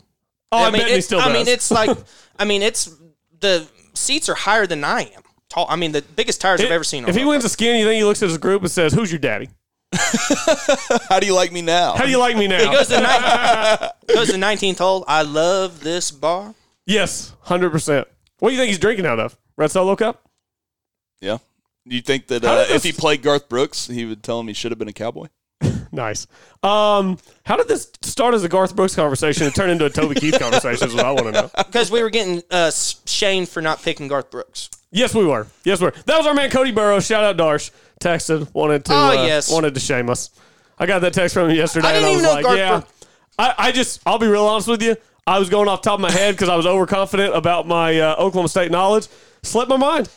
F: Oh, I, bet
H: it-
F: he still
H: I
F: does.
H: mean, it's
F: (laughs)
H: like, I mean, it's the seats are higher than I am. Tall. I mean, the biggest tires I've ever seen. on
F: If he
H: golf
F: wins a skin, you think he looks at his group and says, "Who's your daddy?
G: How do you like me now?
F: How do you
H: (laughs)
F: like me now?"
H: It goes to nine, goes to nineteenth hole. I love this bar.
F: yes, hundred percent. What do you think he's drinking out of? Red Solo Cup?
G: yeah. Do you think that
F: How
G: uh,
F: did
G: if
F: this- Oh,
G: he played Garth Brooks, he would tell him he should have been a cowboy?
F: Nice. Um, how did this start as a Garth Brooks conversation and turn into a Toby Keith conversation? Is what I want to know.
H: Because we were getting uh, Shane for not picking Garth Brooks.
F: Yes, we were. Yes, we were. That was our man Cody Burrow. Shout out Darsh. Texted wanted to
H: Oh,
F: uh,
H: yes.
F: wanted to shame us. I got that text from him yesterday,
H: I didn't
F: and I was
H: even know
F: like,
H: Garth
F: yeah.
H: Brooks-
F: I, I just I'll be real honest with you. I was going off the top of my head because I was overconfident about my uh, Oklahoma State knowledge. Slipped my mind.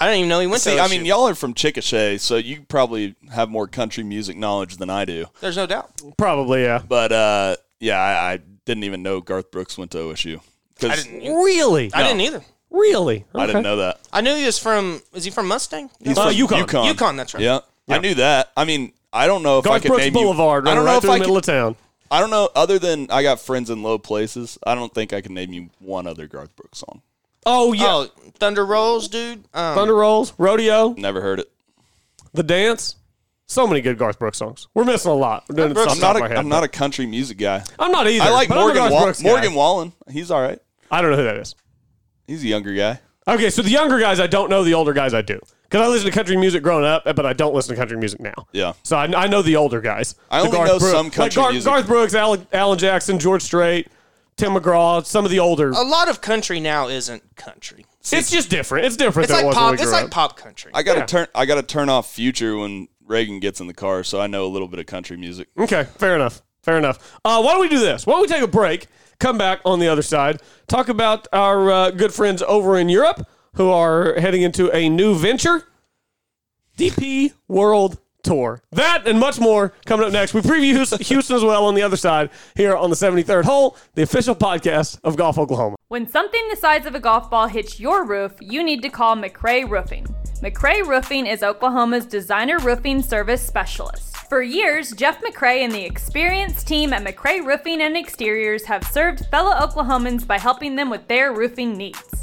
H: I didn't even know he went
G: See,
H: to.
G: I
H: LSU.
G: mean, y'all are from Chickasha, so you probably have more country music knowledge than I do.
H: there's no doubt.
F: Probably yeah.
G: But uh, yeah, I, I didn't even know Garth Brooks went to OSU because I,
F: Really,
H: I didn't either.
F: really.
G: didn't know that.
H: I knew he was from. Is he from Mustang? No.
F: Uh, UConn.
G: UConn.
H: UConn, that's right.
G: Yeah. I knew that. I mean, I don't know if I
F: Garth
G: could
F: Brooks
G: name
F: Boulevard,
G: You, I
F: running
G: don't
F: right
G: know if
F: through the
G: I
F: middle
G: could,
F: of town.
G: I don't know. Other than I got friends in low places, I don't think I can name you one other Garth Brooks song.
F: Oh yeah,
H: Oh, Thunder Rolls, dude. Um,
F: Thunder Rolls, Rodeo,
G: Never heard it.
F: The Dance. So many good Garth Brooks songs. We're missing a lot. We're doing it off
G: I'm
F: the
G: not.
F: top of
G: A,
F: my head,
G: I'm not a country music guy.
F: but- I'm not either.
G: I like
F: but I'm a
G: Morgan.
F: Garth
G: Wa-
F: Brooks guy.
G: Morgan Wallen. He's all right.
F: I don't know who that is.
G: He's a younger guy.
F: Okay, so the younger guys I don't know, the older guys I do. Because I listened to country music growing up, but I don't listen to country music now.
G: Yeah.
F: So I, I know the older guys.
G: I
F: The
G: only know some country
F: like Gar-
G: music.
F: Garth Brooks, Alan, Alan Jackson, George Strait, Tim McGraw, some of the older.
H: a lot of country now isn't country.
F: it's just different. It's different
H: It's
F: than it
H: like
F: was when
H: pop.
F: we
H: It's
F: grew
H: like
F: up.
H: pop country.
G: I gotta
F: Yeah.
G: turn. I gotta turn off Future when Reagan gets in the car, so I know a little bit of country music.
F: Okay, fair enough. Fair enough. Uh, why don't we do this? Why don't we take a break, come back on the other side, talk about our uh, good friends over in Europe who are heading into a new venture DP World Tour. That and much more coming up next. We preview Houston- Houston as well on the other side here on the 73rd Hole, the official podcast of Golf Oklahoma.
C: When something the size of a golf ball hits your roof, you need to call McRae Roofing. McRae Roofing is Oklahoma's designer roofing service specialist. For years, Jeff McRae and the experienced team at McRae Roofing and Exteriors have served fellow Oklahomans by helping them with their roofing needs.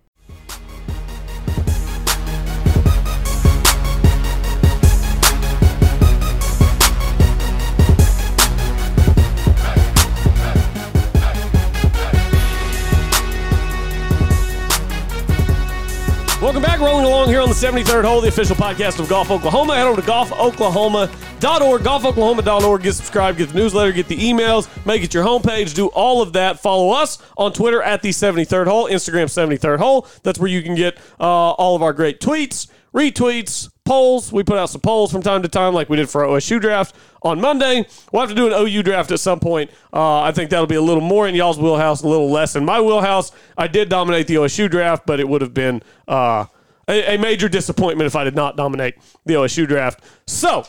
F: Welcome back, rolling along here on the 73rd Hole, the official podcast of Golf Oklahoma. Head over to golfoklahoma.com golfoklahoma.org, golfoklahoma.org. Get subscribed, get the newsletter, get the emails, make it your homepage, do all of that. Follow us on Twitter at the 73rd Hole, Instagram 73rd Hole. That's where you can get uh, all of our great tweets, retweets, polls. We put out some polls from time to time, like we did for our OSU draft on Monday. We'll have to do an OU draft at some point. Uh, I think that'll be a little more in y'all's wheelhouse, a little less in my wheelhouse. I did dominate the OSU draft, but it would have been uh, a, a major disappointment if I did not dominate the OSU draft. So,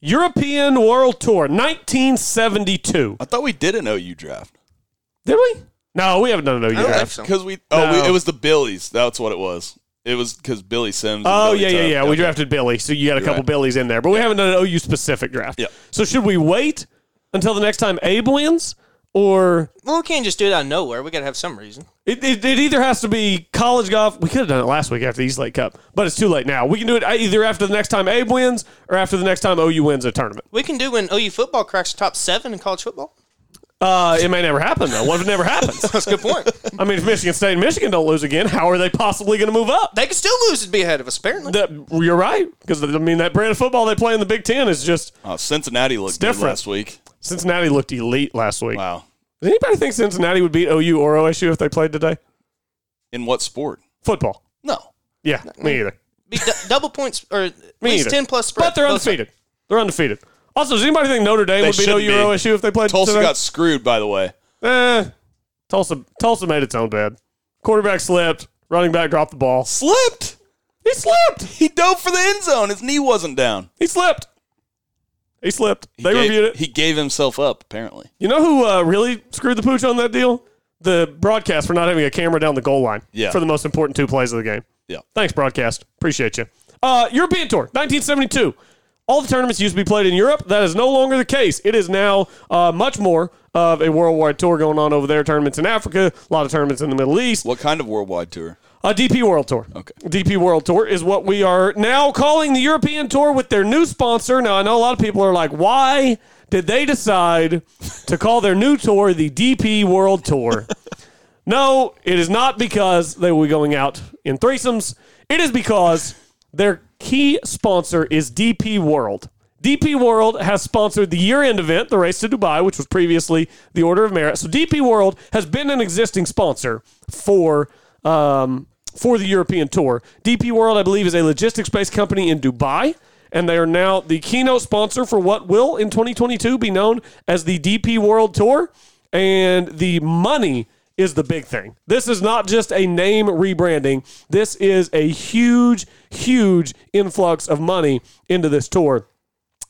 F: European World Tour 1972.
G: I thought we did an OU draft.
F: Did we? No, we haven't done an OU
H: don't
F: draft.
H: think so.
G: Because we, oh,
F: No.
G: we, it was the Billies. That's what it was. It was because Billy Sims. and
F: Oh
G: Billy
F: yeah, yeah,
G: Tubb.
F: yeah. We drafted Billy, so you got a couple
G: right.
F: Billys in there, but we haven't done an OU specific draft.
G: Yep.
F: So should we wait until the next time Abe wins, or
H: Well, we can't just do it out of nowhere. We got to have some reason.
F: it, it, it either has to be college golf? We could have done it last week after the East Lake Cup, but it's too late now. We can do it uh, either after the next time Abe wins or after the next time OU wins a tournament.
H: We can do when OU football cracks the top seven in college football.
F: Uh, it may never happen though. What if it never happens?
H: That's a good
F: (laughs)
H: point.
F: I mean, if Michigan State and Michigan don't lose again, how are they possibly going to move up?
H: they could still lose and be ahead of us, apparently.
F: That, you're right because I mean that brand of football they play in the Big Ten is just
G: Oh, Cincinnati looked
F: different.
G: good last week.
F: Cincinnati looked elite last week.
G: Wow.
F: Does anybody think Cincinnati would beat OU or OSU if they played today?
G: In what sport?
F: Football.
G: No.
F: Yeah, me either.
H: be d- double points or at
F: Me
H: least
F: either.
H: ten plus spread.
F: But they're
H: Both-
F: undefeated. They're undefeated. Also, does anybody think Notre Dame
G: They
F: would beat OU
G: shouldn't be.
F: or OSU if they played
G: Tulsa
F: today?
G: got screwed, by the way.
F: eh, Tulsa. Tulsa made its own bed. Quarterback slipped. Running back dropped the ball.
G: Slipped.
F: He slipped.
G: He dove for the end zone. His knee wasn't down.
F: He slipped. He slipped.
G: He
F: they
G: gave-
F: reviewed it.
G: He gave himself up, apparently.
F: you know who uh, really screwed the pooch on that deal? The broadcast for not having a camera down the goal line
G: Yeah.
F: for the most important two plays of the game.
G: Yeah.
F: Thanks, broadcast. Appreciate you. Uh, European Tour, 1972. All the tournaments used to be played in Europe. That is no longer the case. It is now uh, much more of a worldwide tour going on over there. Tournaments in Africa, a lot of tournaments in the Middle East.
G: What kind of worldwide tour?
F: A DP World Tour.
G: Okay.
F: DP World Tour is what we are now calling the European Tour with their new sponsor. Now, I know a lot of people are like, why did they decide to call their new tour the DP World Tour? no, it is not because they will be going out in threesomes. It is because their key sponsor is DP World. DP World has sponsored the year end event, the Race to Dubai, which was previously the Order of Merit. So DP World has been an existing sponsor for um, for the European tour. DP World, I believe, is a logistics based company in Dubai, and they are now the keynote sponsor for what will in 2022 be known as the DP World Tour. And the money is the big thing. This is not just a name rebranding, this is a huge, huge influx of money into this tour.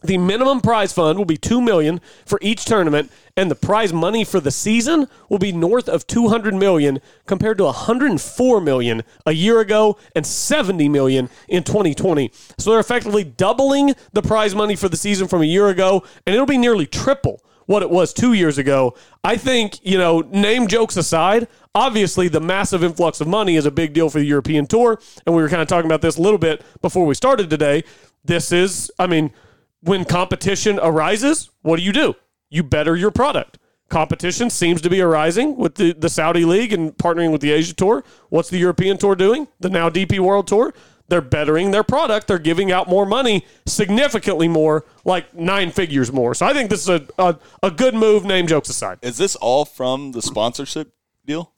F: The minimum prize fund will be two million for each tournament, and the prize money for the season will be north of two hundred million, compared to one hundred and four million a year ago and seventy million in twenty twenty. So they're effectively doubling the prize money for the season from a year ago, and it'll be nearly triple what it was two years ago. I think, you know, name jokes aside, obviously the massive influx of money is a big deal for the European tour. And we were kind of talking about this a little bit before we started today. This is, I mean, when competition arises, what do you do? You better your product. Competition seems to be arising with the, the Saudi League and partnering with the Asia Tour. What's the European Tour doing? The now DP World Tour. They're bettering their product. They're giving out more money, significantly more, like nine figures more. So I think this is a, a, a good move, name jokes aside.
G: Is this all from the sponsorship deal?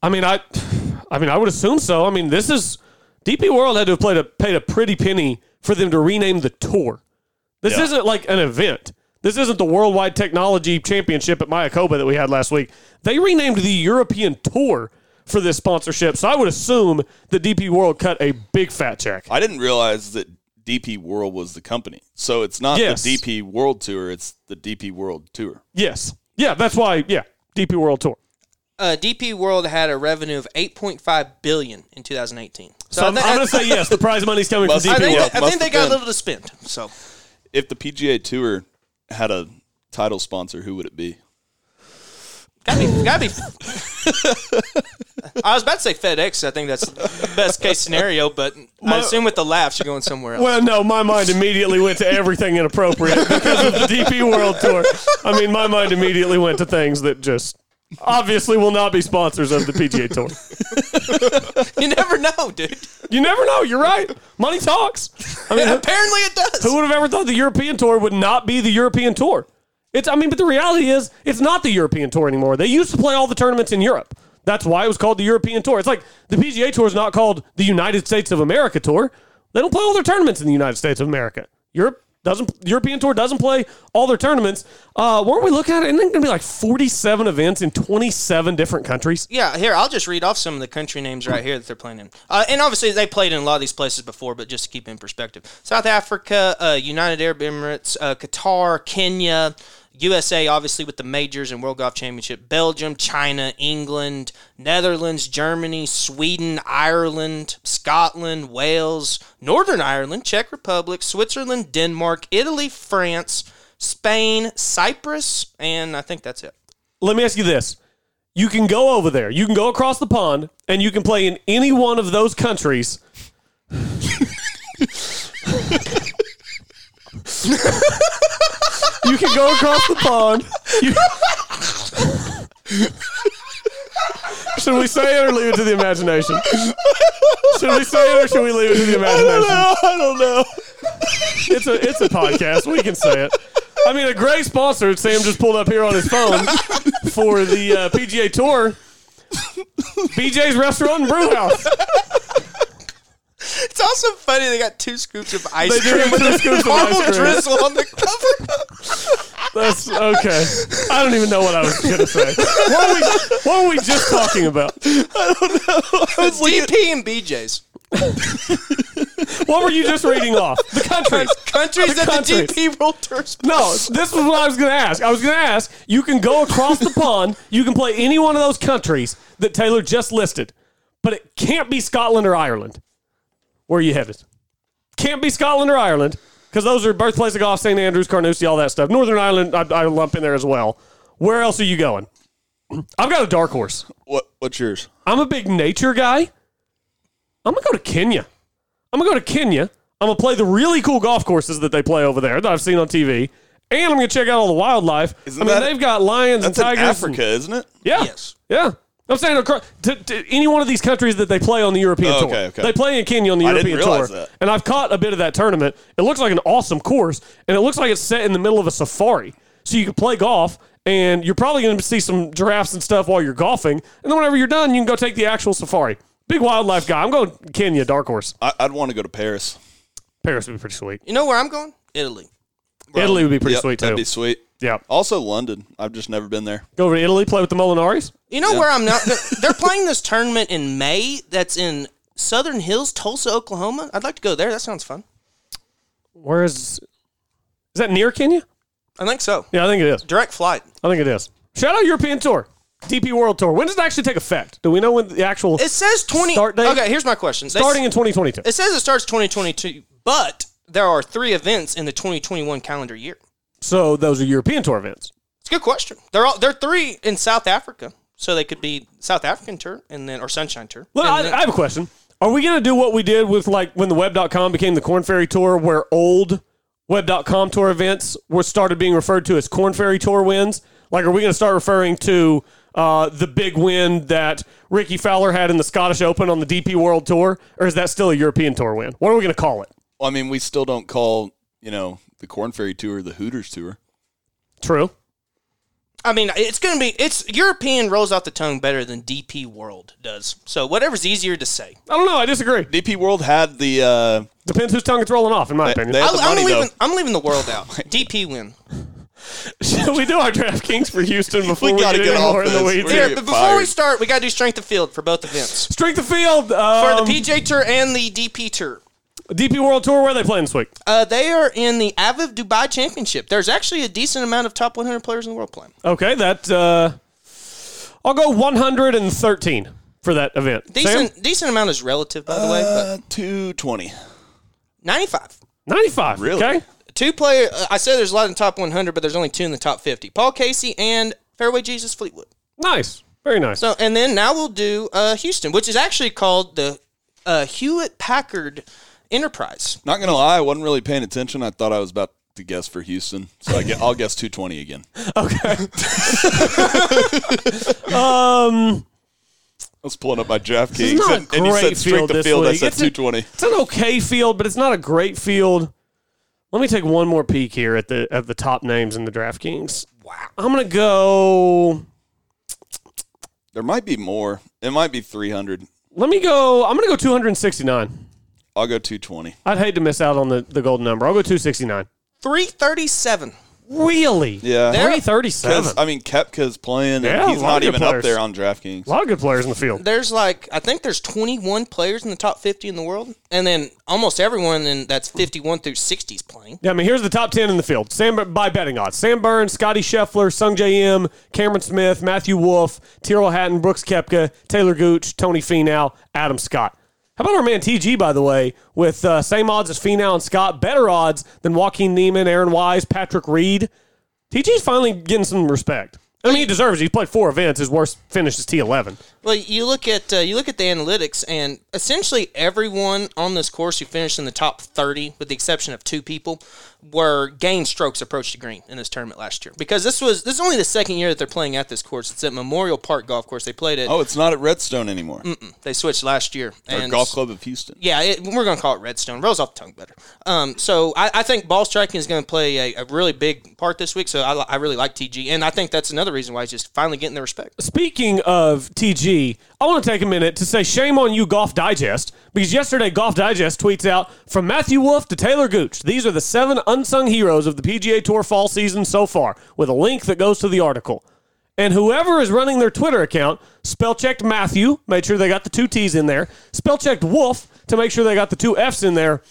F: I mean, I, I mean, I would assume so. I mean, this is DP World had to have played a, paid a pretty penny for them to rename the tour. This
G: Yeah.
F: isn't like an event. This isn't the Worldwide Technology Championship at Mayakoba that we had last week. They renamed the European Tour for this sponsorship, so I would assume the DP World cut a big fat check.
G: I didn't realize that DP World was the company. So it's not
F: Yes.
G: the DP World Tour, it's the DP World Tour.
F: Yes, yeah, that's why. Yeah, DP World Tour.
H: Uh, DP World had a revenue of 8.5 billion in 2018.
F: So I'm,
H: I thi-
F: I'm
H: I-
F: going to say yes. The prize money's coming from
G: Must-
H: I
F: DP
H: think,
G: World
F: World.
H: I
G: must
H: think they
G: have
H: got
G: been.
H: a little to spend. So
G: If the PGA Tour had a title sponsor, who would it be?
H: gotta be,
F: (laughs)
H: gotta be. I was about to say FedEx. I think that's the best case scenario, but I assume with the laughs you're going somewhere else.
F: Well, no, my mind immediately went to everything inappropriate because of the DP World Tour. I mean, my mind immediately went to things that just obviously will not be sponsors of the PGA Tour.
H: You never know, dude.
F: You never know. You're right. Money talks. I mean, who-
H: Apparently it does.
F: who would have ever thought the European Tour would not be the European Tour? It's. I mean, but the reality is, it's not the European Tour anymore. They used to play all the tournaments in Europe. That's why it was called the European Tour. It's like the PGA Tour is not called the United States of America Tour. They don't play all their tournaments in the United States of America. Europe doesn't. European Tour doesn't play all their tournaments. Uh, weren't we looking at it? Isn't it going to be like forty-seven events in twenty-seven different countries?
H: Yeah, here I'll just read off some of the country names right here that they're playing in, uh, and obviously they played in a lot of these places before, but just to keep it in perspective: South Africa, uh, United Arab Emirates, uh, Qatar, Kenya, USA, obviously with the majors and World Golf Championship, Belgium, China, England, Netherlands, Germany, Sweden, Ireland, Scotland, Wales, Northern Ireland, Czech Republic, Switzerland, Denmark, Italy, France, Spain, Cyprus, and I think that's it.
F: let me ask you this. You can go over there. You can go across the pond and you can play in any one of those countries. you can go across the pond. You- should we say it or leave it to the imagination? Should we say it or should we leave it to the imagination? I don't know. It's a it's a podcast. We can say it. I mean, a great sponsor. Sam just pulled up here on his phone for the uh, PGA Tour. BJ's Restaurant and Brew House.
H: It's also funny they got two scoops of ice
F: They do
H: cream
F: have
H: with
F: two scoops
H: a
F: of
H: caramel
F: ice cream.
H: drizzle on the (laughs) cover.
F: That's okay. I don't even know what I was gonna say. What were we, what were we just talking about?
H: (laughs) It's DP and BJ's.
F: What were you just reading off? The country.
H: Countries that
F: countries.
H: the DP (laughs) World Tours.
F: No, this is what I was going to ask. I was going to ask. You can go across the pond. (laughs) You can play any one of those countries that Taylor just listed, but it can't be Scotland or Ireland. Where are you headed? Can't be Scotland or Ireland because those are birthplace of golf, St Andrews, Carnoustie, all that stuff. Northern Ireland, I, I lump in there as well. Where else are you going? (clears throat) I've got a dark horse.
G: What what's yours?
F: I'm a big nature guy. I'm gonna go to Kenya. I'm gonna go to Kenya. I'm gonna play the really cool golf courses that they play over there that I've seen on TV, and I'm gonna check out all the wildlife.
G: Isn't
F: I mean,
G: that-
F: they've got lions and
G: That's in
F: tigers. and-
G: Africa, isn't it?
F: yeah,
H: Yes.
F: yeah. I'm saying across, to, to any one of these countries that they play on the European
G: Oh,
F: tour.
G: okay, okay.
F: They play in Kenya on the
G: I didn't
F: European tour,
G: realize that.
F: and I've caught a bit of that tournament. It looks like an awesome course, and it looks like it's set in the middle of a safari, so you can play golf. And you're probably going to see some giraffes and stuff while you're golfing, and then whenever you're done, you can go take the actual safari. Big wildlife guy. I'm going Kenya, dark horse.
G: I, I'd want to go to Paris.
F: Paris would be pretty sweet.
H: You know where I'm going? Italy.
F: Italy would be pretty
G: Yep,
F: sweet too.
G: That'd be sweet.
F: yeah,
G: Also London. I've just never been there.
F: go over to Italy, play with the Molinaris.
H: You know where I'm not? (laughs) They're, they're playing this tournament in May that's in Southern Hills, Tulsa, Oklahoma. I'd like to go there. That sounds fun.
F: Where is? Is that near Kenya?
H: I think so.
F: Yeah, I think it is.
H: Direct flight.
F: I think it is. Shout out European Tour, DP World Tour. When does it actually take effect? Do we know when the actual
H: It says 20.
F: Start date?
H: Okay, here's my question. They-
F: starting in 2022?
H: It says it starts 2022, but there are three events in the 2021 calendar year.
F: So those are European Tour events.
H: It's a good question. They're all they're three in South Africa, so they could be South African tour and then or Sunshine tour.
F: Well,
H: And
F: I,
H: then-
F: I have a question. Are we going to do what we did with like when the web.com became the Corn Ferry Tour, where old web.com tour events were started being referred to as Corn Ferry Tour wins? Like, are we going to start referring to uh, the big win that Ricky Fowler had in the Scottish Open on the DP World Tour, or is that still a European Tour win? What are we going to call it?
G: Well, I mean, we still don't call you know the Corn Ferry Tour the Hooters Tour.
F: True.
H: I mean, it's going to be it's European rolls off the tongue better than DP World does. So whatever's easier to say.
F: I don't know. I disagree.
G: DP World had the uh,
F: Depends whose tongue it's rolling off, in my opinion. (laughs)
G: they- Got
H: I,
G: the
H: am
G: money,
H: leaving.
G: though.
H: I'm leaving the world out.
G: (laughs)
H: DP win.
F: Should we do our DraftKings for Houston before
G: We
F: we,
G: gotta
F: get,
G: get
F: any
G: off
F: more in the
G: this.
F: weeds?
G: We're
H: Here,
G: get
H: but before we
G: fired.
H: start, we got to do strength of field for both events
F: Strength of field
H: for
F: um,
H: the PJ Tour and the DP Tour.
F: DP World Tour. Where are they playing this week?
H: Uh, they are in the Aviv Dubai Championship. There's actually a decent amount of top 100 players in the world playing.
F: Okay, that uh, I'll go 113 for that event.
H: Decent,
F: Sam?
H: decent amount is relative, by the way. But
G: uh, two twenty.
H: 95.
F: 95.
G: Really?
F: Okay.
H: Two player. Uh, I said there's a lot in the top 100, but there's only two in the top 50. Paul Casey and Fairway Jesus Fleetwood.
F: Nice. Very nice.
H: So, and then now we'll do uh, Houston, which is actually called the uh, Hewlett Packard Enterprise.
G: Not gonna lie, I wasn't really paying attention. I thought I was about to guess for Houston, so I get, I'll guess 220 again. I
F: Um,
G: was pulling up my DraftKings,
F: This is not a
G: and, and you
F: great
G: said
F: field
G: streak the
F: this
G: field. I
F: week.
G: said
F: It's a-
G: 220.
F: it's an okay field, but it's not a great field. Let me take one more peek here at the at the top names in the DraftKings. Wow, I'm gonna go.
G: There might be more. It might be 300.
F: Let me go. I'm gonna go 269.
G: I'll go 220.
F: I'd hate to miss out on the the golden number. I'll go 269.
H: 337.
F: Really?
G: Yeah. There-
F: 337.
G: Because I mean, Kepka's playing, and
F: Yeah, a
G: he's not
F: lot of good
G: even
F: players.
G: up there on DraftKings.
F: A lot of good players in the field.
H: There's like I think there's 21 players in the top 50 in the world, and then almost everyone in that's 51 through 60 is playing.
F: Yeah, I mean, here's the top 10 in the field Sam, by betting odds. Sam Burns, Scotty Scheffler, Sung J M, Cameron Smith, Matthew Wolf, Tyrrell Hatton, Brooks Kepka, Taylor Gooch, Tony Finau, Adam Scott. How about our man TG, by the way, with uh, same odds as Finau and Scott, better odds than Joaquin Neiman, Aaron Wise, Patrick Reed. TG's finally getting some respect. I mean, he deserves it. He's played four events. His worst finish is T11.
H: Well, you look at uh, you look at the analytics, and essentially everyone on this course who finished in the top 30, with the exception of two people, were gain strokes approach to green in this tournament last year. Because this was this is only the second year that they're playing at this course. It's at Memorial Park Golf Course. They played it.
G: Oh, it's not at Redstone anymore.
H: They switched last year.
G: Or
H: and
G: Golf Club of Houston.
H: Yeah, it, we're going to call it Redstone. Rolls off the tongue better. Um, so I, I think ball striking is going to play a, a really big part this week. So I, li- I really like TG, and I think that's another reason why he's just finally getting the respect.
F: Speaking of TG, I want to take a minute to say shame on you, Golf Digest, because yesterday Golf Digest tweets out from Matthew Wolf to Taylor Gooch. These are the seven unsung heroes of the PGA Tour fall season so far, with a link that goes to the article. And whoever is running their Twitter account spell checked Matthew, made sure they got the two T's in there, spell checked Wolf to make sure they got the two F's in there,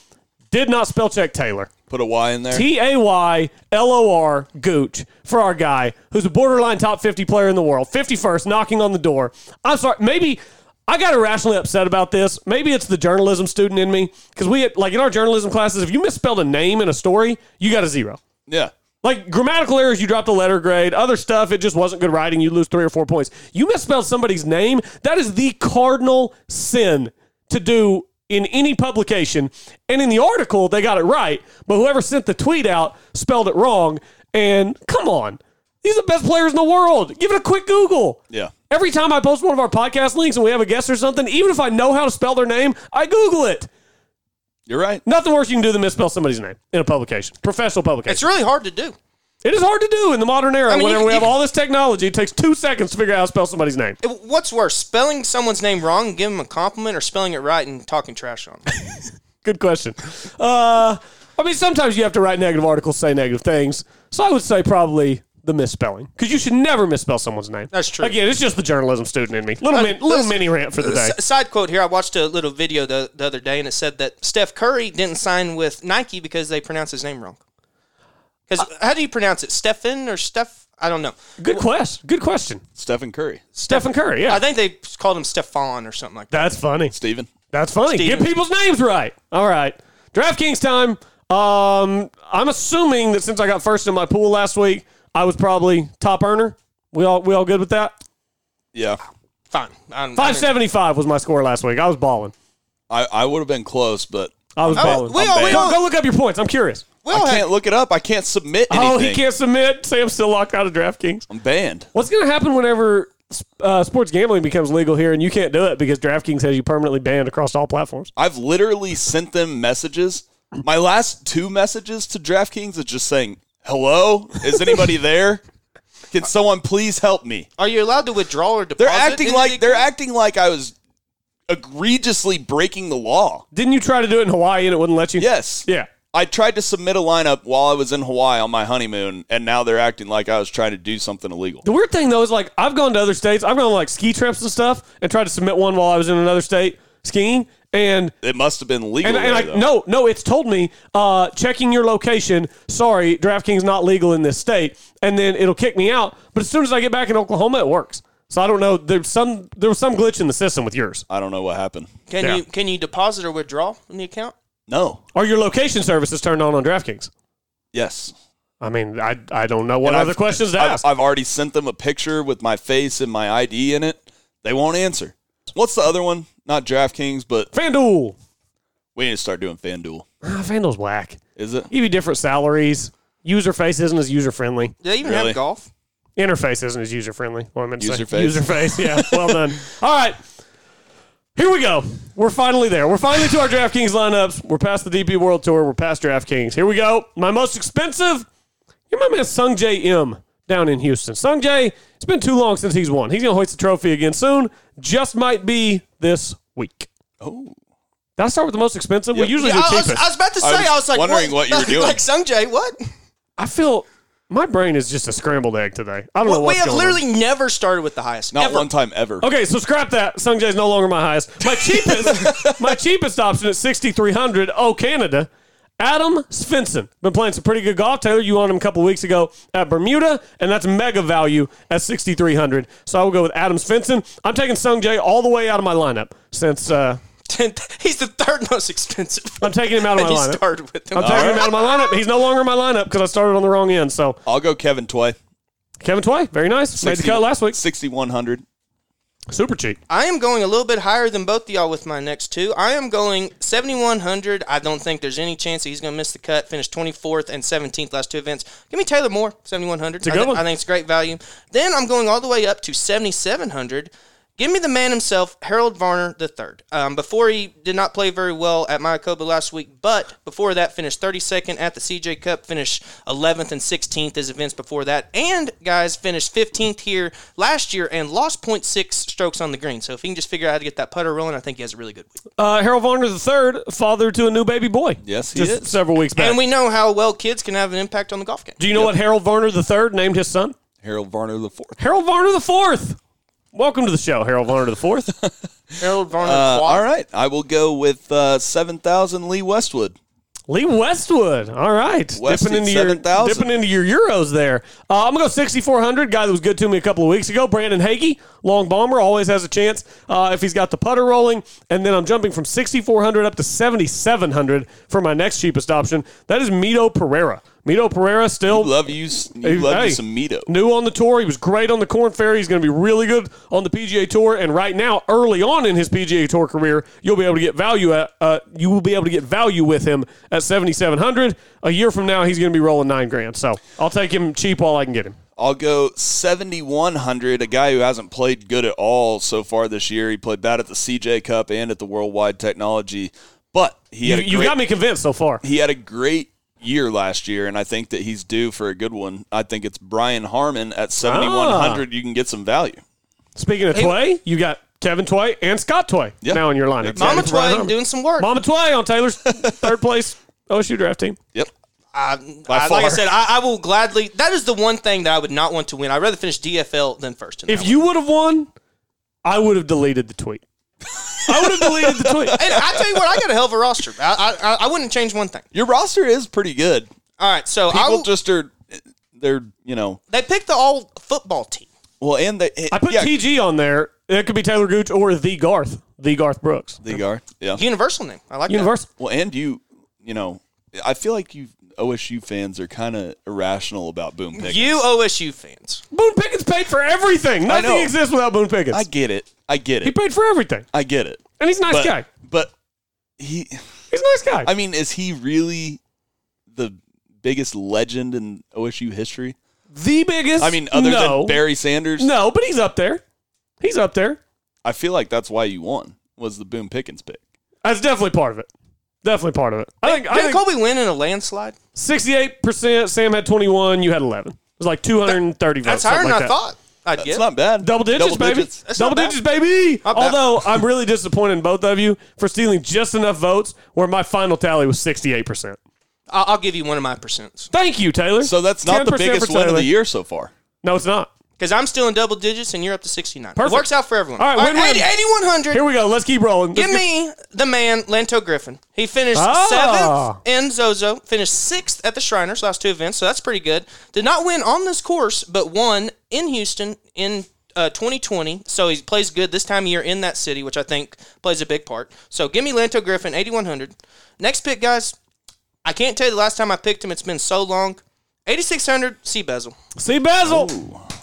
F: did not spell check Taylor.
G: Put a Y in there.
F: T A Y L O R Gooch for our guy who's a borderline top 50 player in the world, 51st, knocking on the door. I'm sorry, maybe I got irrationally upset about this. Maybe it's the journalism student in me because we, had- like in our journalism classes, if you misspelled a name in a story, you got a zero.
G: yeah.
F: Like grammatical errors, you dropped a letter grade. Other stuff, it just wasn't good writing. You lose three or four points. You misspelled somebody's name. That is the cardinal sin to do in any publication. And in the article, they got it right, but whoever sent the tweet out spelled it wrong. And come on, these are the best players in the world. Give it a quick Google.
G: Yeah.
F: Every time I post one of our podcast links and we have a guest or something, even if I know how to spell their name, I Google it.
G: You're right.
F: Nothing worse you can do than misspell somebody's name in a publication, professional publication.
H: It's really hard to do.
F: It is hard to do in the modern era.
H: I mean,
F: Whenever
H: you-
F: we have
H: you-
F: all this technology, it takes two seconds to figure out how to spell somebody's name.
H: It- What's worse, spelling someone's name wrong, and giving them a compliment, or spelling it right and talking trash on them?
F: Good question. Uh, I mean, sometimes you have to write negative articles, say negative things. So I would say probably the misspelling because you should never misspell someone's name.
H: That's true.
F: Again, it's just the journalism student in me. Little min, little
H: listen-
F: mini rant for the day.
H: S- side quote here: I watched a little video the, the other day, and it said that Steph Curry didn't sign with Nike because they pronounced his name wrong. Because how do you pronounce it, Stefan or Steph? I don't know.
F: Good question. Good question.
G: Stephen Curry.
F: Stephen Curry. Yeah,
H: I think they called him Stefan or something like that.
F: that's funny.
G: Steven.
F: That's funny. Get
H: Steven.
F: people's names right. All right. DraftKings time. Um, I'm assuming that since I got first in my pool last week, I was probably top earner. We all we all good with that?
G: Yeah.
H: Fine. I don't,
F: Five seventy five was my score last week. I was balling.
G: I, I would have been close, but
F: I was balling.
H: we all-
G: we
F: go,
H: all-
F: go look up your points. I'm curious.
H: Well,
G: I can't look it up. I can't submit anything.
F: Oh, he can't submit. Sam's still locked out of DraftKings.
G: I'm banned.
F: What's going to happen whenever uh, sports gambling becomes legal here and you can't do it because DraftKings has you permanently banned across all platforms?
G: I've literally sent them messages. My last two messages to DraftKings is just saying, "Hello, is
F: (laughs)
G: anybody there? Can someone please help me?"
H: Are you allowed to withdraw or deposit?
G: They're acting
H: into the
G: like they're
H: account?
G: acting like I was egregiously breaking the law.
F: Didn't you try to do it in Hawaii and it wouldn't let you?
G: Yes.
F: Yeah.
G: I tried to submit a lineup while I was in Hawaii on my honeymoon, and now they're acting like I was trying to do something illegal.
F: The weird thing though is like I've gone to other states. I've gone on like ski trips and stuff, and tried to submit one while I was in another state skiing. And
G: It must have been legal.
F: and, and I
G: there, though.
F: no no, it's told me uh, checking your location. Sorry, DraftKings not legal in this state, and then it'll kick me out. But as soon as I get back in Oklahoma, it works. So I don't know. There's some there was some glitch in the system with yours
G: I don't know what happened.
H: Can
F: Yeah.
H: you can you deposit or withdraw in the account?
G: No.
F: or your location service is turned on on DraftKings.
G: Yes.
F: I mean, I, I don't know what
G: And
F: other
G: I've-
F: questions to
G: I've-
F: ask.
G: I've, already sent them a picture with my face and my ID in it. They won't answer. What's the other one? Not DraftKings, but
F: FanDuel.
G: we need to start doing FanDuel.
F: Ah, FanDuel's whack.
G: Is it?
F: Give you different salaries. User face isn't as user friendly.
H: Do they even
G: Really?
H: have golf?
F: Interface isn't as user friendly. What I meant to
G: User
F: say.
G: face.
F: User face. Yeah.
H: (laughs)
F: Well done. All right. Here we go. We're finally there. We're finally to our DraftKings lineups. We're past the DP World Tour. We're past DraftKings. Here we go. My most expensive. You're my man Sung J M down in Houston. Sung J. It's been too long since he's won. He's gonna hoist the trophy again soon. Just might be this week.
G: Oh.
F: Did I start with the most expensive? We
G: Yep.
F: usually
H: Yeah, I,
F: do
H: was,
F: cheapest.
H: I was about to say,
G: I was
H: I was like,
G: wondering what you were doing.
H: (laughs) Like, Sungjae, what?
F: I feel my brain is just a scrambled egg today. I don't know
H: we
F: what's
H: have
F: going
H: literally never started with the highest.
G: Not
H: ever. (laughs)
G: one time ever.
F: on. Okay, so scrap that. Sungjae's no longer my highest. My cheapest, my cheapest option at sixty three hundred. Oh, Canada. Adam Svensson been playing some pretty good golf. Taylor, you on him a couple weeks ago at Bermuda, and that's mega value at sixty three hundred. So I will go with Adam Svensson. I'm taking Sungjae all the way out of my lineup since uh,
H: He's the third most expensive.
F: I'm taking him
H: (laughs)
F: out of
H: And
F: my
H: you
F: lineup.
H: started with him.
F: I'm taking him out of my lineup. He's no longer in my lineup because I started on the wrong end. So
G: I'll go Kevin Tway.
F: Kevin Tway, very nice. Made the
G: 60
F: cut last week.
G: 6,100.
F: Super cheap.
H: I am going a little bit higher than both of y'all with my next two. I am going 7,100. I don't think there's any chance that he's going to miss the cut. Finished 24th and 17th last two events. Give me Taylor Moore, 7,100.
F: a
H: I
F: good
H: thi-
F: one.
H: I think it's great value. Then I'm going all the way up to 7,700. Give me the man himself, Harold Varner III. Um, before he did not play very well at Mayakoba last week, but before that finished 32nd at the CJ Cup, finished 11th and 16th as events before that, and guys finished 15th here last year and lost 0.6 strokes on the green. So if he can just figure out how to get that putter rolling, I think he has a really good week.
F: Uh, Harold Varner III, father to a new baby boy.
G: Yes, he
F: just
G: is.
F: several weeks back.
H: And we know how well kids can have an impact on the golf game.
F: Do you know what Harold Varner III named his son?
G: Harold Varner the fourth.
F: Harold Varner IV. Welcome to the show, Harold Varner IV.
H: (laughs) Harold Varner
G: Uh,
H: Quad.
G: all right. I will go with uh, 7,000 Lee Westwood.
F: Lee Westwood. All right,
G: West
F: dipping
G: at
F: into your
G: 7,000.
F: dipping into your euros there. Uh, I'm gonna go 6400. Guy that was good to me a couple of weeks ago, Brandon Hagee, long bomber, always has a chance uh, if he's got the putter rolling. And then I'm jumping from 6400 up to 7700 for my next cheapest option. That is Mito Pereira. Mito Pereira still
G: Love you. s- You love
F: Hey,
G: you some Mito.
F: New on the tour. He was great on the Corn Ferry. He's going to be really good on the PGA Tour. And right now, early on in his PGA Tour career, you'll be able to get value at. Uh, you will be able to get value with him at seventy seven hundred. A year from now, he's going to be rolling nine grand. So I'll take him cheap while I can get him.
G: I'll go 7,100, a guy who hasn't played good at all so far this year. He played bad at the CJ Cup and at the Worldwide Technology, but he
F: You,
G: had a
F: you
G: great-
F: got me convinced so far.
G: he had a great year last year, and I think that he's due for a good one. I think it's Brian Harmon at
F: Ah.
G: 7,100. You can get some value.
F: Speaking of Tway, you got Kevin Tway and Scott Tway
G: Yeah.
F: now in your lineup.
G: Exactly.
H: Mama
F: It's Ryan
H: Twine
F: Harmon.
H: doing some work.
F: Mama Tway on Taylor's (laughs) third place OSU draft team.
G: Yep.
H: I,
G: By
H: I- like I
G: far.
H: said, I, I will gladly. That is the one thing that I would not want to win. I'd rather finish DFL than first. In
F: If
H: that
F: you would have won, I would have deleted the tweet. I would have deleted the
G: (laughs)
F: tweet.
H: one. and I tell you what, I got a hell of a roster. I, I, I- I wouldn't change one thing.
G: Your roster is pretty good.
H: All right, so I
G: People
H: will,
G: just are, they're, you know,
H: they picked the all football team.
G: well, and they.
F: I put
G: yeah,
F: TG on there. It could be Taylor Gooch or the Garth, the Garth Brooks.
G: They are. Yeah.
H: Universal name. I like
F: Universal.
G: Well, and you, you know, I feel like you OSU fans are kind of irrational about Boom
H: that.
G: Pickens.
H: You OSU fans.
F: Boone Pickens paid for everything. Nothing
G: know.
F: exists without Boone Pickens.
G: I get it. I get
F: he
G: it.
F: paid for everything,
G: I get it.
F: and he's a nice
G: but,
F: guy.
G: But he,
F: He's a nice guy.
G: I mean, is he really the biggest legend in OSU history?
F: the biggest.
G: I mean, other
F: no,
G: than Barry Sanders,
F: No, but he's up there. He's up there.
G: I feel like that's why you won was the Boom Pickens pick.
F: That's definitely part of it. Definitely part of it. I think. I
H: Didn't
F: think
H: Kobe win in a landslide?
F: sixty-eight percent. Sam had twenty-one. You had eleven. It was like two hundred and thirty
H: That's
F: votes.
H: higher
F: something
H: than
F: like
H: I
F: that.
H: thought. I'd
G: It's
H: get.
G: not bad.
F: Double digits, baby.
G: digits.
H: That's
F: Double
H: not bad.
F: digits, baby.
H: bad.
F: Although I'm really disappointed in both of you for stealing just enough votes where my final tally was 68%.
H: I'll, I'll give you one of my percents
F: Thank you, Taylor.
G: So that's not the
F: 10%
G: biggest
F: for
G: win of
F: Taylor.
G: the year so far.
F: No, it's not.
H: because I'm still in double digits and you're up to 69. It
F: Perfect.
H: works out for everyone.
F: All right, win-win.
H: 80 8100.
F: Here we go. Let's keep rolling.
H: Give
F: Let's
H: me the man, Lanto Griffin. He finished
F: Ah.
H: seventh in Zozo, finished sixth at the Shriners last two events, so that's pretty good. Did not win on this course, but won in Houston in uh, 2020. So he plays good this time of year in that city, which I think plays a big part. So give me Lanto Griffin, 8,100. Next pick, guys. I can't tell you the last time I picked him. It's been so long. 8,600, Sea Bezel.
F: See Basil.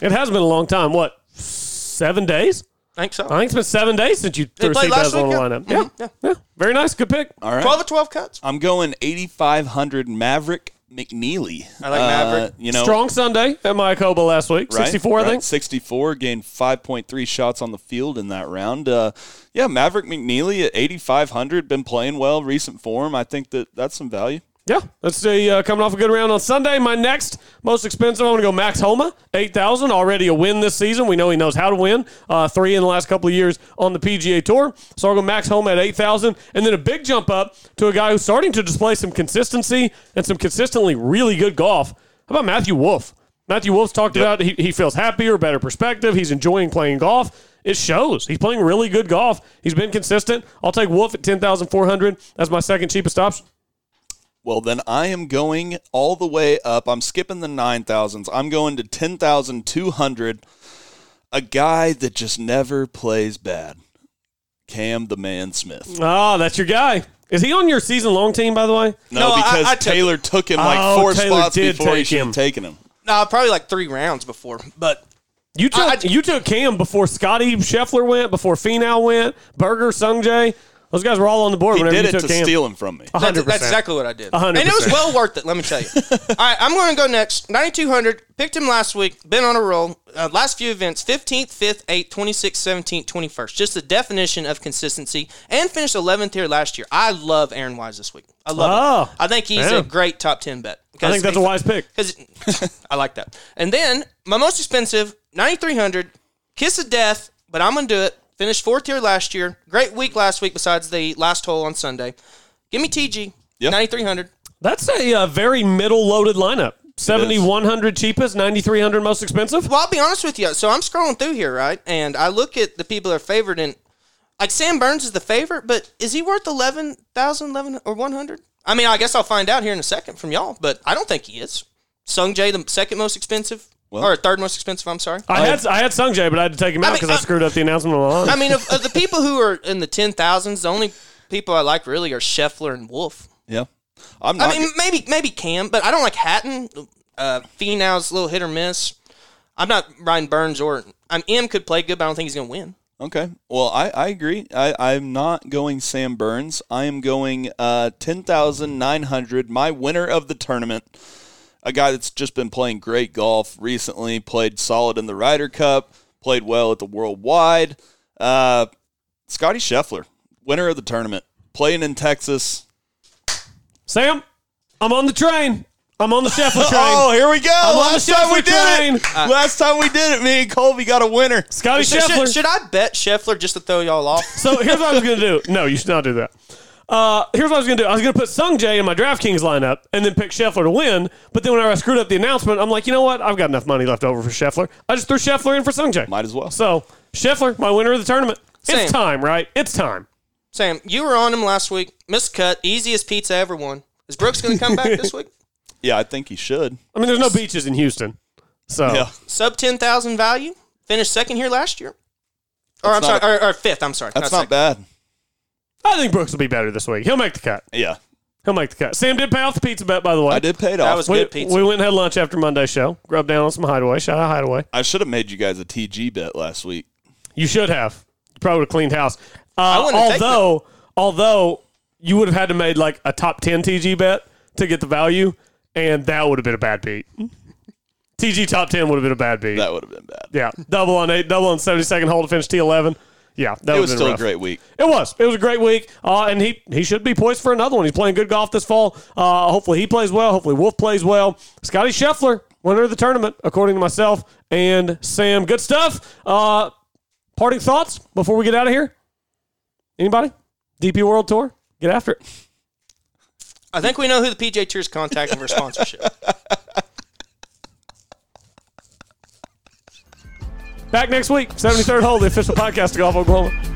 F: It has been a long time. What? Seven days?
H: I think so.
F: I think it's been seven days since you threw
H: played
F: Steve
H: last
F: Baz on the
H: week,
F: lineup.
H: yeah.
F: Yeah.
G: Mm-hmm.
F: yeah, Very nice. Good pick.
G: All right.
H: 12 or 12 cuts.
G: I'm going 8,500 Maverick McNeely. Uh,
H: I like Maverick.
G: You know,
F: Strong Sunday at Mayakoba last week.
G: right?
F: 64, I
G: Right.
F: think.
G: 64 gained 5.3 shots on the field in that round. Uh, yeah, Maverick McNeely at 8,500, been playing well, recent form. I think that that's some value.
F: Yeah, let's see. Uh, coming off a good round on Sunday, my next most expensive, I'm going to go Max Homa, 8,000. Already a win this season. We know he knows how to win. Uh, three in the last couple of years on the PGA Tour. So I'll go Max Homa at 8,000. And then a big jump up to a guy who's starting to display some consistency and some consistently really good golf. How about Matthew Wolf? Matthew Wolf's talked about he, he feels happier, better perspective. He's enjoying playing golf. It shows. He's playing really good golf. He's been consistent. I'll take Wolf at 10,400 as my second cheapest option.
G: Well, then I am going all the way up. I'm skipping the 9,000s. I'm going to 10,200. A guy that just never plays bad. Cam the Man Smith.
F: Oh, that's your guy. Is he on your season long team, by the way?
G: No,
H: No, I-
G: because
H: I took-
G: Taylor took him like
F: Oh,
G: four
F: Taylor
G: spots
F: did
G: before he
F: take
G: should
F: him.
G: have taken him.
H: No, probably like three rounds before. But
F: You took
H: I- I-
F: you took Cam before Scotty Scheffler went, before Finau went, Berger, Sungjaye. Those guys were all on the board
G: He
F: whenever
G: did
F: you
G: it
F: took
G: to
F: Cam.
G: steal him from me.
H: that's,
F: 100%.
H: that's exactly what I did. And
F: 100%.
H: it was well worth it, let me tell
F: (laughs)
H: you. All right, I'm going to go next. 9,200. Picked him last week. Been on a roll. Uh, last few events 15th, 5th, 8th, 26th, 17th, 21st. Just the definition of consistency. And finished 11th here last year. I love Aaron Wise this week. I love
F: Oh,
H: him. I think he's
F: yeah.
H: a great top 10 bet.
F: I think that's a wise pick.
H: Because (laughs) I like that. And then my most expensive, 9,300, kiss of death, but I'm going to do it. Finished fourth here last year. Great week last week, besides the last hole on Sunday. Give me TG,
G: Yeah.
H: 9,300.
F: That's a uh, very middle loaded lineup. 7,100 cheapest, 9,300 most expensive.
H: Well, I'll be honest with you. So I'm scrolling through here, right? And I look at the people that are favored, and like Sam Burns is the favorite, but is he worth 11,000, 11 or 100? I mean, I guess I'll find out here in a second from y'all, but I don't think he is. Sung Jae, the second most expensive, or third most expensive, I'm sorry.
F: I had I had Sungjae, but I had to take him out
H: mean,
F: because
H: I-
F: I screwed up the announcement on the line.
H: I mean, of, of the people who are in the ten thousands, the only people I like really are Scheffler and Wolf.
G: Yeah. I'm not
H: I mean, maybe maybe Cam, but I don't like Hatton. Uh, Finau's a little hit or miss. I'm not Ryan Burns or I'm M could play good, but I don't think he's gonna win.
G: Okay. Well, I, I agree. I, I'm not going Sam Burns. I am going uh, 10,900, my winner of the tournament. A guy that's just been playing great golf recently, played solid in the Ryder Cup, played well at the Worldwide. Uh, Scotty Scheffler, winner of the tournament, playing in Texas.
F: Sam, I'm on the train. I'm on the Scheffler
G: (laughs)
F: train.
G: Oh, here we go.
F: on the
G: Last time we
F: Scheffler
G: did
F: train.
G: it. Uh, Last time we did it, me and Colby got a winner.
F: Scotty
H: Should,
F: Scheffler.
H: should, should I bet Scheffler just to throw y'all off?
G: (laughs)
F: So here's what I was gonna do. No, you should not do that. Uh, here's what I was gonna do. I was gonna put Sung Jae in my DraftKings lineup and then pick Scheffler to win. But then whenever I screwed up the announcement, I'm like, you know what? I've got enough money left over for Scheffler. I just threw Scheffler in for Sung Jae.
G: Might as well.
F: So Scheffler, my winner of the tournament.
H: Same.
F: It's time, right? It's time.
H: Sam, you were on him last week. Miscut, easiest pizza I ever won. Is Brooks gonna come back this
G: (laughs)
H: week?
G: Yeah, I think he should.
F: I mean, there's no beaches in Houston, so
G: Yeah.
H: Sub ten thousand value. Finished second here last year. Or
G: That's
H: I'm
G: not
H: sorry, or, or fifth. I'm sorry.
G: That's
H: second.
G: not bad.
F: I think Brooks will be better this week. He'll make the cut.
G: Yeah.
F: He'll make the cut. Sam did pay off the pizza bet, by the way.
G: I did pay it off.
H: That was
F: We,
H: good pizza.
F: we went and had lunch after Monday's show. Grubbed down on some hideaway. Shout out hideaway.
G: I should have made you guys a TG bet last week.
F: You should have. You probably would have cleaned house. Uh,
H: wouldn't have taken
F: although, although you would have had to made like a top ten TG bet to get the value, and that would have been a bad beat. (laughs) TG top ten would have been a bad beat.
G: That would have been bad.
F: yeah, double on eight, double on seventy second hole to finish T eleven. Yeah, that
G: It
F: would
G: was
F: have been
G: still a
F: rough.
G: great week.
F: It was. It was a great week, uh, and he he should be poised for another one. He's playing good golf this fall. Uh, hopefully he plays well. Hopefully Wolf plays well. Scotty Scheffler, winner of the tournament, according to myself and Sam. Good stuff. Uh, parting thoughts before we get out of here. Anybody? DP World Tour. Get after it.
H: I think we know who the PJ Tour's contacting for sponsorship.
G: (laughs)
F: Back next week, 73rd hole, the official podcast of Golf Oklahoma.